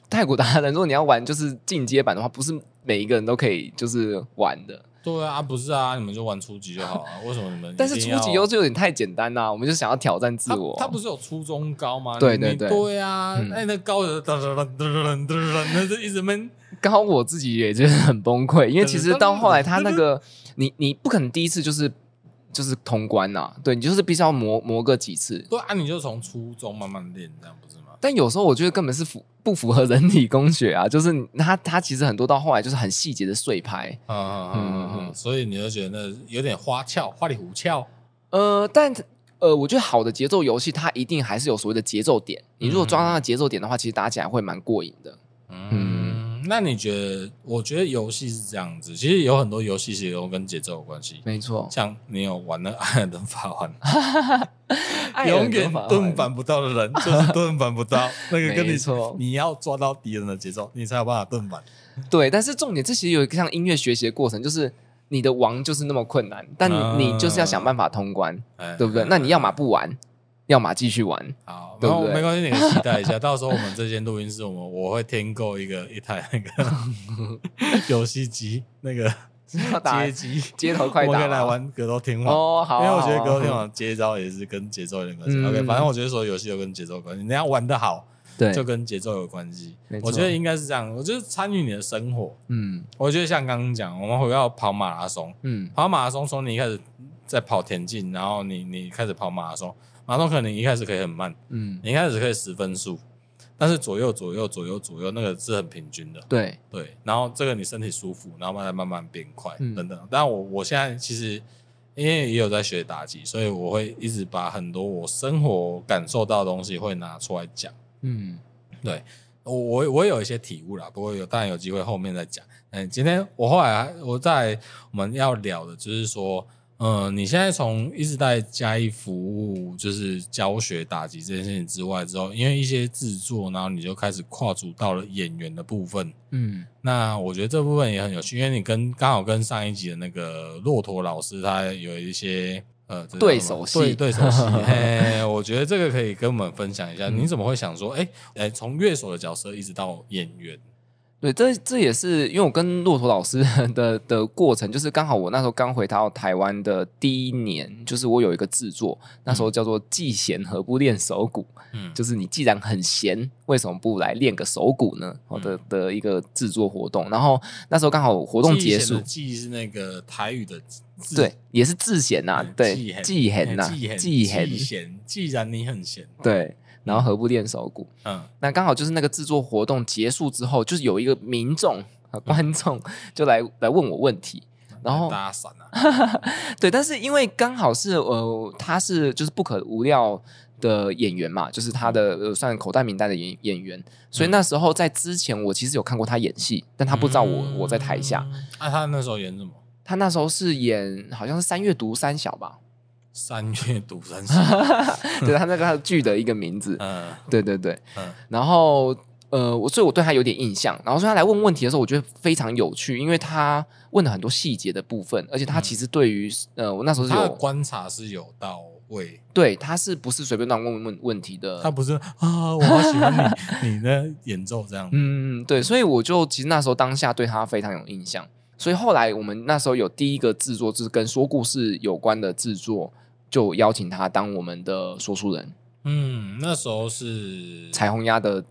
S2: 泰国达人，如果你要玩就是进阶版的话，不是每一个人都可以就是玩的。
S1: 对啊，不是啊，你们就玩初级就好
S2: [laughs]
S1: 啊，为什么你们一定要？
S2: 但是初级又是有点太简单啦、我们就想要挑战自
S1: 他
S2: 我。
S1: 他不是有初中高吗？
S2: 对
S1: 你
S2: 对
S1: 你
S2: 对
S1: 对啊，
S2: 嗯
S1: 那那高的噔噔噔噔噔噔噔，那是一直闷。
S2: 刚好我自己也觉得很崩溃，因为其实到后来他那个， [laughs] 你你不可能第一次就是就是通关呐、对你就是必须要磨磨个几次。
S1: 对啊，你就从初中慢慢练，这样不是吗？
S2: 但有时候我觉得根本是符不符合人体工学啊，就是他他其实很多到后来就是很细节的碎拍，
S1: 啊啊啊啊
S2: 嗯
S1: 啊！所以你就觉得那有点花俏，花里胡俏。
S2: 呃，但呃，我觉得好的节奏游戏它一定还是有所谓的节奏点，你如果抓到那个节奏点的话，其实打起来会蛮过瘾的。
S1: 嗯，那你觉得？我觉得游戏是这样子，其实有很多游戏其实都跟节奏有关系。
S2: 没错，
S1: 像你有玩那《艾尔登法环》，
S2: 艾
S1: 哎
S2: 尔
S1: [laughs] 永
S2: 登
S1: 远
S2: 法环
S1: 盾反不到的人就是盾反不
S2: [laughs]
S1: 到，那个跟你
S2: 没错
S1: 你要抓到敌人的节奏，你才有办法盾反。
S2: 对，但是重点，这其实有一个像音乐学习的过程，就是你的王就是那么困难，但
S1: 嗯
S2: 你就是要想办法通关，
S1: 哎
S2: 对不对？那你要么不玩，要么继续玩。
S1: 好，
S2: 对
S1: 然
S2: 不
S1: 后
S2: 对
S1: 没关系，你可以期待一下，到时候我们这间录音室，我们我会添购一个一台那个
S2: [laughs]
S1: 游戏机，那个
S2: 要打
S1: 街机，
S2: 街头快打
S1: 我
S2: 吗
S1: 们可以来玩格斗天王。
S2: 哦，好
S1: 因
S2: 啊，
S1: 为我觉得
S2: 好啊
S1: 格斗天王接招也是跟节奏有点关系。
S2: 嗯
S1: OK，反正我觉得所有游戏都跟节奏有关系，你要玩得好就
S2: 对，
S1: 跟节奏有关系
S2: 没。错
S1: 我觉得应该是这样，我就是参与你的生活。
S2: 嗯
S1: 我觉得像刚刚讲，我们回到跑马拉松，
S2: 嗯，
S1: 跑马拉松从你一开始在跑田径，然后你你开始跑马拉松，马拉松可能你一开始可以很慢，
S2: 嗯，
S1: 你一开始可以十分数，但是左右左右左右左右那个是很平均的，
S2: 对，
S1: 对。然后这个你身体舒服，然后慢慢慢慢变快、
S2: 嗯
S1: 等等。但我我现在其实因为也有在学打击，所以我会一直把很多我生活感受到的东西会拿出来讲。
S2: 嗯，
S1: 我我我有一些体悟啦，不过有当然有机会后面再讲。嗯，今天我后来我在我们要聊的就是说，嗯，你现在从一直在加以服务，就是教学打击这件事情之外之后，因为一些制作，然后你就开始跨足到了演员的部分。
S2: 嗯，
S1: 那我觉得这部分也很有趣，因为你跟刚好跟上一集的那个骆驼老师，他有一些呃这叫
S2: 对
S1: 什么
S2: 手戏
S1: 对对
S2: [laughs]
S1: 手戏。嘿我觉得这个可
S2: 嗯
S1: 以跟我们分享一下，你怎么会想说，哎、哎，从乐手的角色一直到演员，
S2: 对，这这也是因为我跟骆驼老师 [laughs] 的的过程，就是刚好我那时候刚回到台湾的第一年，就是我有一个制作，那时候叫做“既闲何不练手鼓”，
S1: 嗯，
S2: 就是你既然很闲，为什么不来练个手鼓呢？好的的一个制作活动，然后那时候刚好活动结束，
S1: 记是那个台语的字啊
S2: 对，也是自闲呐，对，
S1: 既
S2: 既
S1: 很
S2: 闲呐，
S1: 既
S2: 既
S1: 很
S2: 闲，
S1: 既闲，既然你很闲，
S2: 对，然后何不练手鼓？
S1: 嗯，
S2: 那刚好就是那个制作活动结束之后，就是有一个民众、呃、观众就来来问我问题，然后
S1: 搭伞啊，
S2: 对，但是因为刚好是呃，他是就是不可无料的演员嘛，就是他的、呃、算口袋名单的演演员，所
S1: 嗯
S2: 以那时候在之前我其实有看过他演戏，但他不知道我、我在台下。
S1: 嗯。啊，他那时候演什么？
S2: 他那时候是演好像是三月读三小
S1: [laughs]
S2: 吧，
S1: 三月独
S2: [laughs]
S1: 三小，
S2: 对他那个他的剧的一个名字，
S1: 嗯
S2: 对对对，
S1: 嗯
S2: 然后呃，我所以我对他有点印象。然后所以他来问问题的时候，我觉得非常有趣，因为他问了很多细节的部分，而且他其实对于、呃，我那时候是
S1: 嗯他的
S2: 有
S1: 观察是有到位，
S2: 对他是不是随便乱问问问题的，
S1: 他不是啊，我好喜欢你， [laughs] 你的演奏这样，
S2: 嗯，对，所以我就其实那时候当下对他非常有印象，所以后来我们那时候有第一个制作就是跟说故事有关的制作，就邀请他当我们的说书人，
S1: 嗯，那时候是
S2: 彩虹鸭的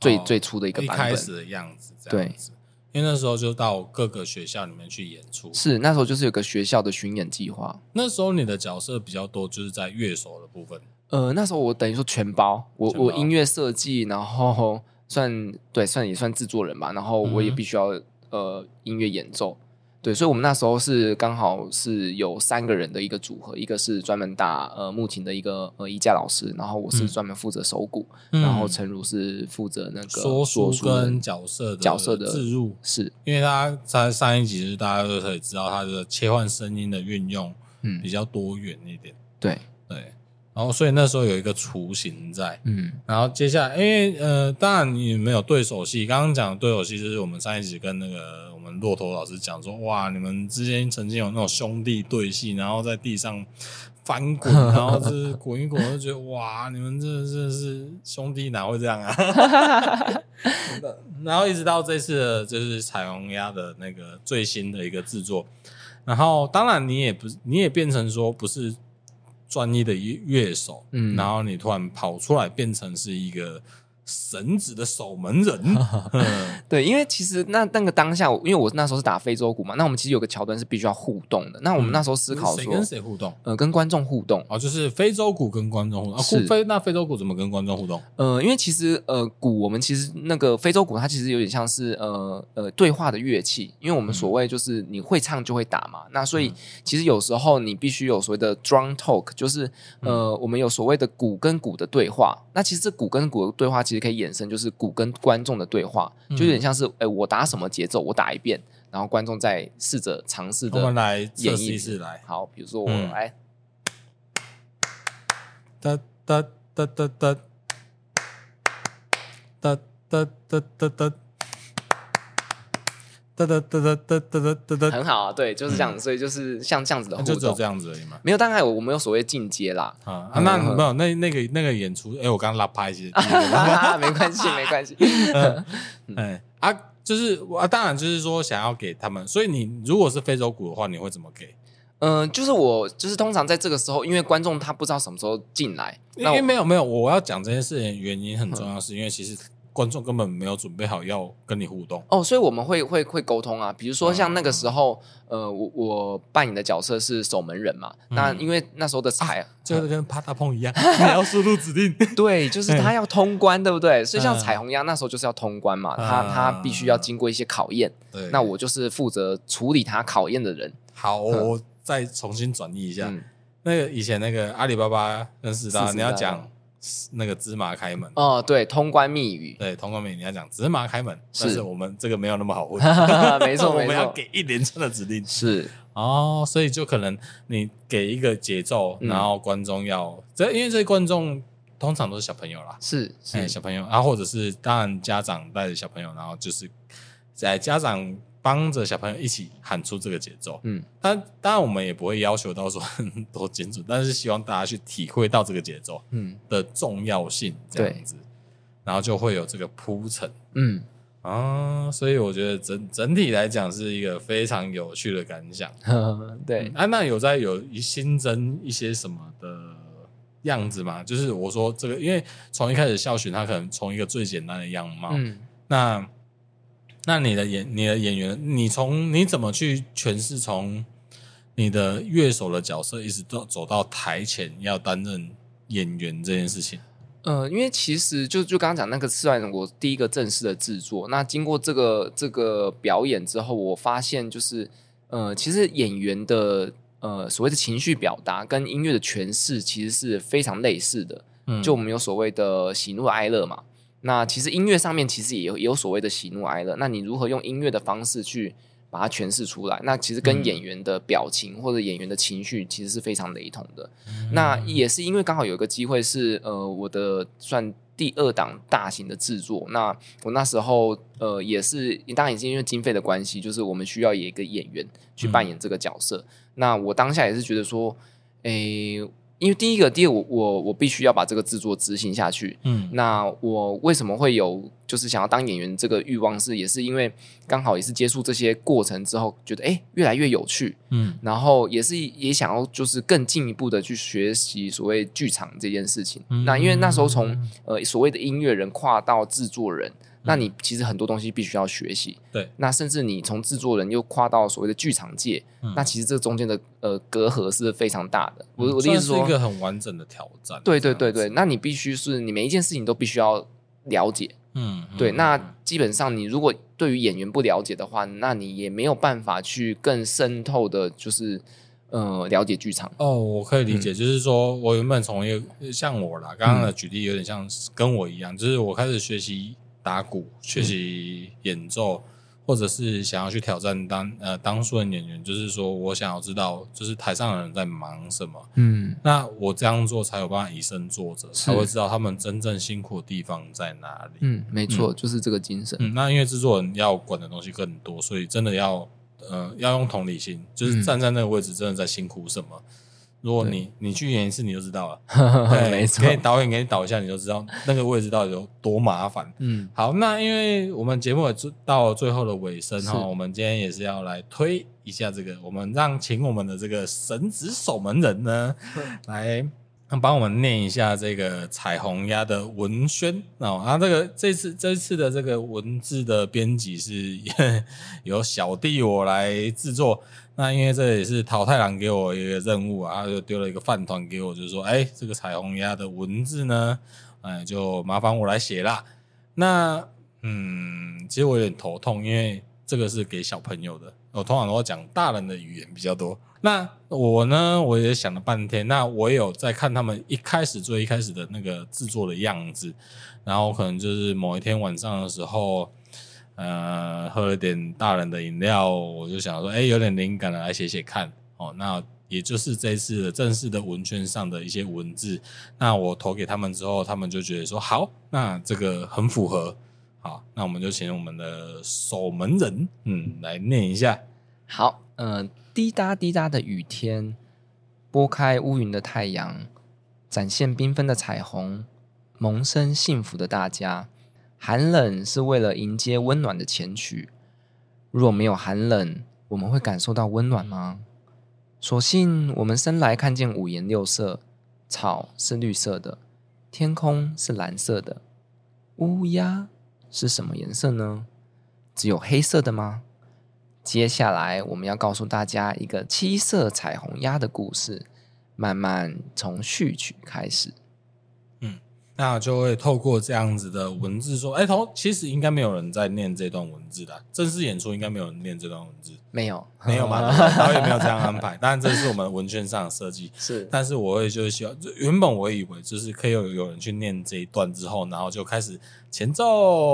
S2: 最、
S1: 哦
S2: 最初的一个
S1: 一
S2: 版
S1: 开
S2: 本。
S1: 始的样子，这样子，因为那时候就到各个学校里面去演出，
S2: 是那时候就是有个学校的巡演计划，
S1: 那时候你的角色比较多，就是在乐手的部分，
S2: 呃，那时候我等于说全包，我
S1: 全包
S2: 我音乐设计，然后算对算也算制作人吧，然后我也
S1: 嗯哼
S2: 必须要、呃音乐演奏，对，所以我们那时候是刚好是有三个人的一个组合，一个是专门打呃木琴的一个呃一架老师，然后我是
S1: 嗯
S2: 专门负责手鼓，然后陈如是负责那个
S1: 说书
S2: 人
S1: 跟角色的
S2: 角色的
S1: 置入，
S2: 是
S1: 因为他在上一集就是大家都可以知道他的切换声音的运用
S2: 嗯
S1: 比较多元一点，
S2: 对
S1: 对，然后所以那时候有一个雏形在。
S2: 嗯
S1: 然后接下来，因为呃，当然你没有对手戏。刚刚讲的对手戏，就是我们上一集跟那个我们骆驼老师讲说，哇，你们之间曾经有那种兄弟对戏，然后在地上翻滚，然后就是滚一滚，就觉得哇，你们这真的是兄弟哪会这样啊？然后一直到这次的就是彩虹鸭的那个最新的一个制作，然后当然你也不是，你也变成说不是专一的乐手，
S2: 嗯
S1: 然后你突然跑出来变成是一个神职的守门
S2: [laughs]
S1: 人，嗯
S2: 对，因为其实那那个当下，我因为我那时候是打非洲鼓嘛，那我们其实有个桥段是必须要互动的，那我们那时候思考
S1: 嗯谁
S2: 说。
S1: 跟谁互动？
S2: 呃，跟观众互动，
S1: 哦，就是非洲鼓跟观众互动啊，
S2: 是
S1: 互非那非洲鼓怎么跟观众互动？
S2: 呃，因为其实呃，鼓我们其实那个非洲鼓，它其实有点像是呃呃对话的乐器，因为我们
S1: 嗯
S2: 所谓就是你会唱就会打嘛，那所以其实有时候你必须有所谓的 drum talk，就是
S1: 嗯
S2: 呃我们有所谓的鼓跟鼓的对话，那其实这鼓跟鼓的对话其实可以衍生就是鼓跟观众的对话，就
S1: 嗯
S2: 有点像是哎、我打什么节奏，我打一遍，然后观众再试着尝试
S1: 我们
S2: 的
S1: 来测
S2: 演
S1: 试一
S2: 绎
S1: 次来，
S2: 好，比如说我哎
S1: 嗯
S2: 来。
S1: 哒哒哒哒哒哒哒哒哒哒哒哒哒哒哒哒哒哒，
S2: 很好啊，对，就是这样，所以就是像这样子的
S1: 嗯那
S2: 互
S1: 就只有
S2: 动
S1: 这，样子而已嘛。
S2: 没有，当然我我们有所谓进阶
S1: [laughs]
S2: 啦，
S1: 啊，啊那没有那那个那个演出，哎，我刚刚拉拍
S2: 啊 [laughs]
S1: 其实，
S2: 哈哈，没关系，没关系。
S1: 哎啊，就是我啊，当然就是说想要给他们，所以你如果是非洲鼓的话，你会怎么给？
S2: 嗯、就是我，就是通常在这个时候，因为观众他不知道什么时候进来，
S1: 因
S2: 那
S1: 为
S2: 我嗯
S1: 没有没有，我要讲这件事情原因很重要，是因为其实观众根本没有准备好要跟你互动。
S2: 哦，所以我们会会会沟通啊。比如说像那个时候，呃，我我扮演的角色是守门人嘛，
S1: 嗯
S2: 那因为那时候的彩、
S1: 就是跟啪嗒碰一样， [laughs] 你要输入指令。
S2: 对，就是 [laughs] 他要通关，对不对？所以像
S1: 嗯
S2: 彩虹鸭那时候就是要通关嘛，
S1: 嗯
S2: 他他必须要经过一些考验，
S1: 对，
S2: 那我就是负责处理他考验的人。
S1: 好，我再重新转译一下。
S2: 嗯，
S1: 那个以前那个阿里巴巴跟四大，
S2: 四十
S1: 你要
S2: 大
S1: 讲那个芝麻开门。
S2: 哦，对，通关密
S1: [laughs]
S2: 语，
S1: 对，同光美，你要讲芝麻开门，
S2: 是
S1: 但是我们这个没有那么好问，
S2: [laughs] 没
S1: [laughs]
S2: 错
S1: 我们
S2: 没
S1: 要
S2: 错，
S1: 给一连串的指令。
S2: 是
S1: 哦，所以就可能你给一个节奏，
S2: 嗯
S1: 然后观众要这，因为这些观众通常都是小朋友啦，
S2: 是是、
S1: 哎，小朋友，啊，或者是当然家长带着小朋友，然后就是在家长帮着小朋友一起喊出这个节奏。
S2: 嗯，
S1: 但当然我们也不会要求到说多精准，但是希望大家去体会到这个节奏
S2: 嗯
S1: 的重要性，这样子，然后就会有这个铺陈。
S2: 嗯，
S1: 啊，所以我觉得整整体来讲是一个非常有趣的感想。
S2: 嗯 [laughs] 对，
S1: 啊，那有在有一新增一些什么的样子吗？就是我说这个，因为从一开始校巡，他可能从一个最简单的样貌，
S2: 嗯，
S1: 那那你的演你的演员，你从你怎么去诠释从你的乐手的角色，一直到走到台前要担任演员这件事情？
S2: 呃，因为其实就就刚刚讲那个是算我第一个正式的制作。那经过这个这个表演之后，我发现就是呃，其实演员的呃所谓的情绪表达跟音乐的诠释其实是非常类似的。
S1: 嗯
S2: 就我们有所谓的喜怒哀乐嘛。那其实音乐上面其实也有也有所谓的喜怒哀乐，那你如何用音乐的方式去把它诠释出来？那其实跟
S1: 嗯
S2: 演员的表情或者演员的情绪其实是非常雷同的。那也是因为刚好有一个机会是呃我的算第二档大型的制作，那我那时候呃也是当然也是因为经费的关系，就是我们需要有一个演员去扮演这个角色。那我当下也是觉得说，诶、因为第一个，第一个我我我必须要把这个制作执行下去，
S1: 嗯
S2: 那我为什么会有就是想要当演员这个欲望是，也是因为刚好也是接触这些过程之后，觉得诶越来越有趣，
S1: 嗯
S2: 然后也是也想要就是更进一步的去学习所谓剧场这件事情。
S1: 嗯嗯
S2: 那因为那时候从呃所谓的音乐人跨到制作人，那你其实很多东西必须要学习。
S1: 对，
S2: 那甚至你从制作人又跨到所谓的剧场界，
S1: 嗯
S2: 那其实这中间的呃隔阂是非常大的。我我的
S1: 嗯
S2: 意
S1: 算
S2: 思说，
S1: 是一个很完整的挑战。
S2: 对对
S1: 这
S2: 对
S1: 样子
S2: 对，，那你必须是你每一件事情都必须要了解。
S1: 嗯，嗯
S2: 对，
S1: 嗯
S2: 那基本上你如果对于演员不了解的话，那你也没有办法去更渗透的，就是呃了解剧场。
S1: 哦，我可以理解，就是说我原本从一个像我啦，刚刚的举例有点像是跟我一样，就是我开始学习打鼓，学习演奏，或者是想要去挑战当呃当素人演员，就是说我想要知道就是台上的人在忙什么，
S2: 嗯
S1: 那我这样做才有办法以身作则，才会知道他们真正辛苦的地方在哪里。
S2: 嗯，没错，就是这个精神。
S1: 嗯，那因为制作人要管的东西更多，所以真的要呃要用同理心，就是
S2: 嗯
S1: 站在那个位置，真的在辛苦什么。如果
S2: 对
S1: 你你去演一次，你就知道了。
S2: [laughs]
S1: 对
S2: 没错
S1: 给，你导演给你导一下，你就知道那个位置到底有多麻烦。
S2: 嗯，
S1: 好，那因为我们节目也就到最后的尾声哈，
S2: 是
S1: 我们今天也是要来推一下这个，我们让请我们的这个神职守门人
S2: [laughs]
S1: 呢，来帮我们念一下这个彩虹鸭的文宣哦。啊，这个这次这次的这个文字的编辑是 [laughs] 由小弟我来制作。那因为这也是桃太郎给我一个任务啊，他就丢了一个饭团给我，就是说，哎，这个彩虹鸭的文字呢，哎，就麻烦我来写啦。那嗯，其实我有点头痛，因为这个是给小朋友的，我通常都讲大人的语言比较多。那我呢，我也想了半天，那我也有在看他们一开始最一开始的那个制作的样子，然后可能就是某一天晚上的时候，呃，喝了点大人的饮料，我就想说，哎、有点灵感了，来写写看。哦，那也就是这次的正式的文圈上的一些文字，那我投给他们之后，他们就觉得说好，那这个很符合。好，那我们就请我们的守门人，嗯，来念一下。
S2: 好，嗯、滴答滴答的雨天，拨开乌云的太阳，展现缤纷的彩虹，萌生幸福的大家。寒冷是为了迎接温暖的前驱，若没有寒冷，我们会感受到温暖吗？所幸我们生来看见五颜六色，草是绿色的，天空是蓝色的，乌鸦是什么颜色呢？只有黑色的吗？接下来我们要告诉大家一个七色彩虹鸭的故事，慢慢从序曲开始。
S1: 那就会透过这样子的文字说，哎、同其实应该没有人在念这段文字的，正式演出应该没有人念这段文字，
S2: 没有，
S1: 没有嘛？对不对导演没有这样安排，当然这是我们文圈上的设计。
S2: [laughs] 是，
S1: 但是我也就是希望，就原本我以为就是可以有有人去念这一段之后，然后就开始前奏，哎、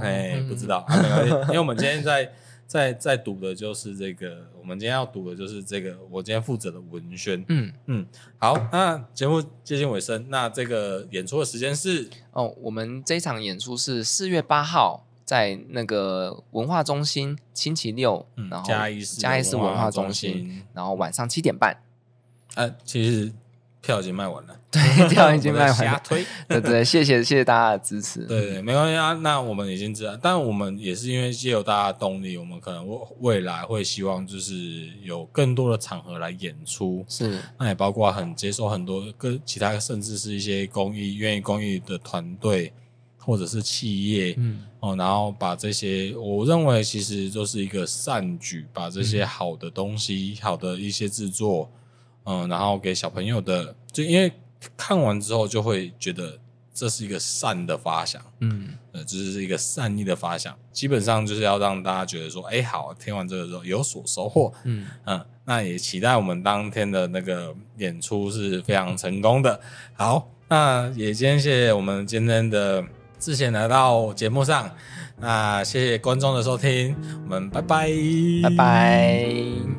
S2: 嗯
S1: 不知道，啊、没关系，因为我们今天在在在读的就是这个，我们今天要读的就是这个，我今天负责的文宣。
S2: 嗯，
S1: 好，那节目接近尾声，那这个演出的时间是
S2: 哦，我们这场演出是四月八号在那个文化中心，星期六，
S1: 嗯
S2: 然后
S1: 嘉义市
S2: 嘉义市
S1: 文
S2: 文
S1: 化
S2: 化
S1: 中
S2: 中心，
S1: 心， [laughs]
S2: 然后晚上七点半。
S1: 呃，其实票已经卖完了，
S2: 对，票已经卖
S1: 我在
S2: 完
S1: 瞎
S2: 了。
S1: 推。
S2: 对对，谢谢谢谢大家的支持。
S1: 对对，没关系啊。那我们已经知道，但我们也是因为借由大家的动力，我们可能未未来会希望就是有更多的场合来演出，
S2: 是
S1: 那也包括很接受很多跟其他甚至是一些公益愿意公益的团队或者是企业，
S2: 嗯
S1: 哦，然后把这些，我认为其实就是一个善举，把这些好的东西、好的一些制作，嗯，然后给小朋友的，就因为看完之后就会觉得这是一个善的发想，
S2: 嗯，
S1: 呃，这是一个善意的发想，基本上就是要让大家觉得说，哎，好，听完这个之后有所收获，
S2: 嗯，
S1: 嗯，那也期待我们当天的那个演出是非常成功的。好，那也先谢谢我们今天的志贤来到节目上，那谢谢观众的收听，我们拜拜，
S2: 拜拜。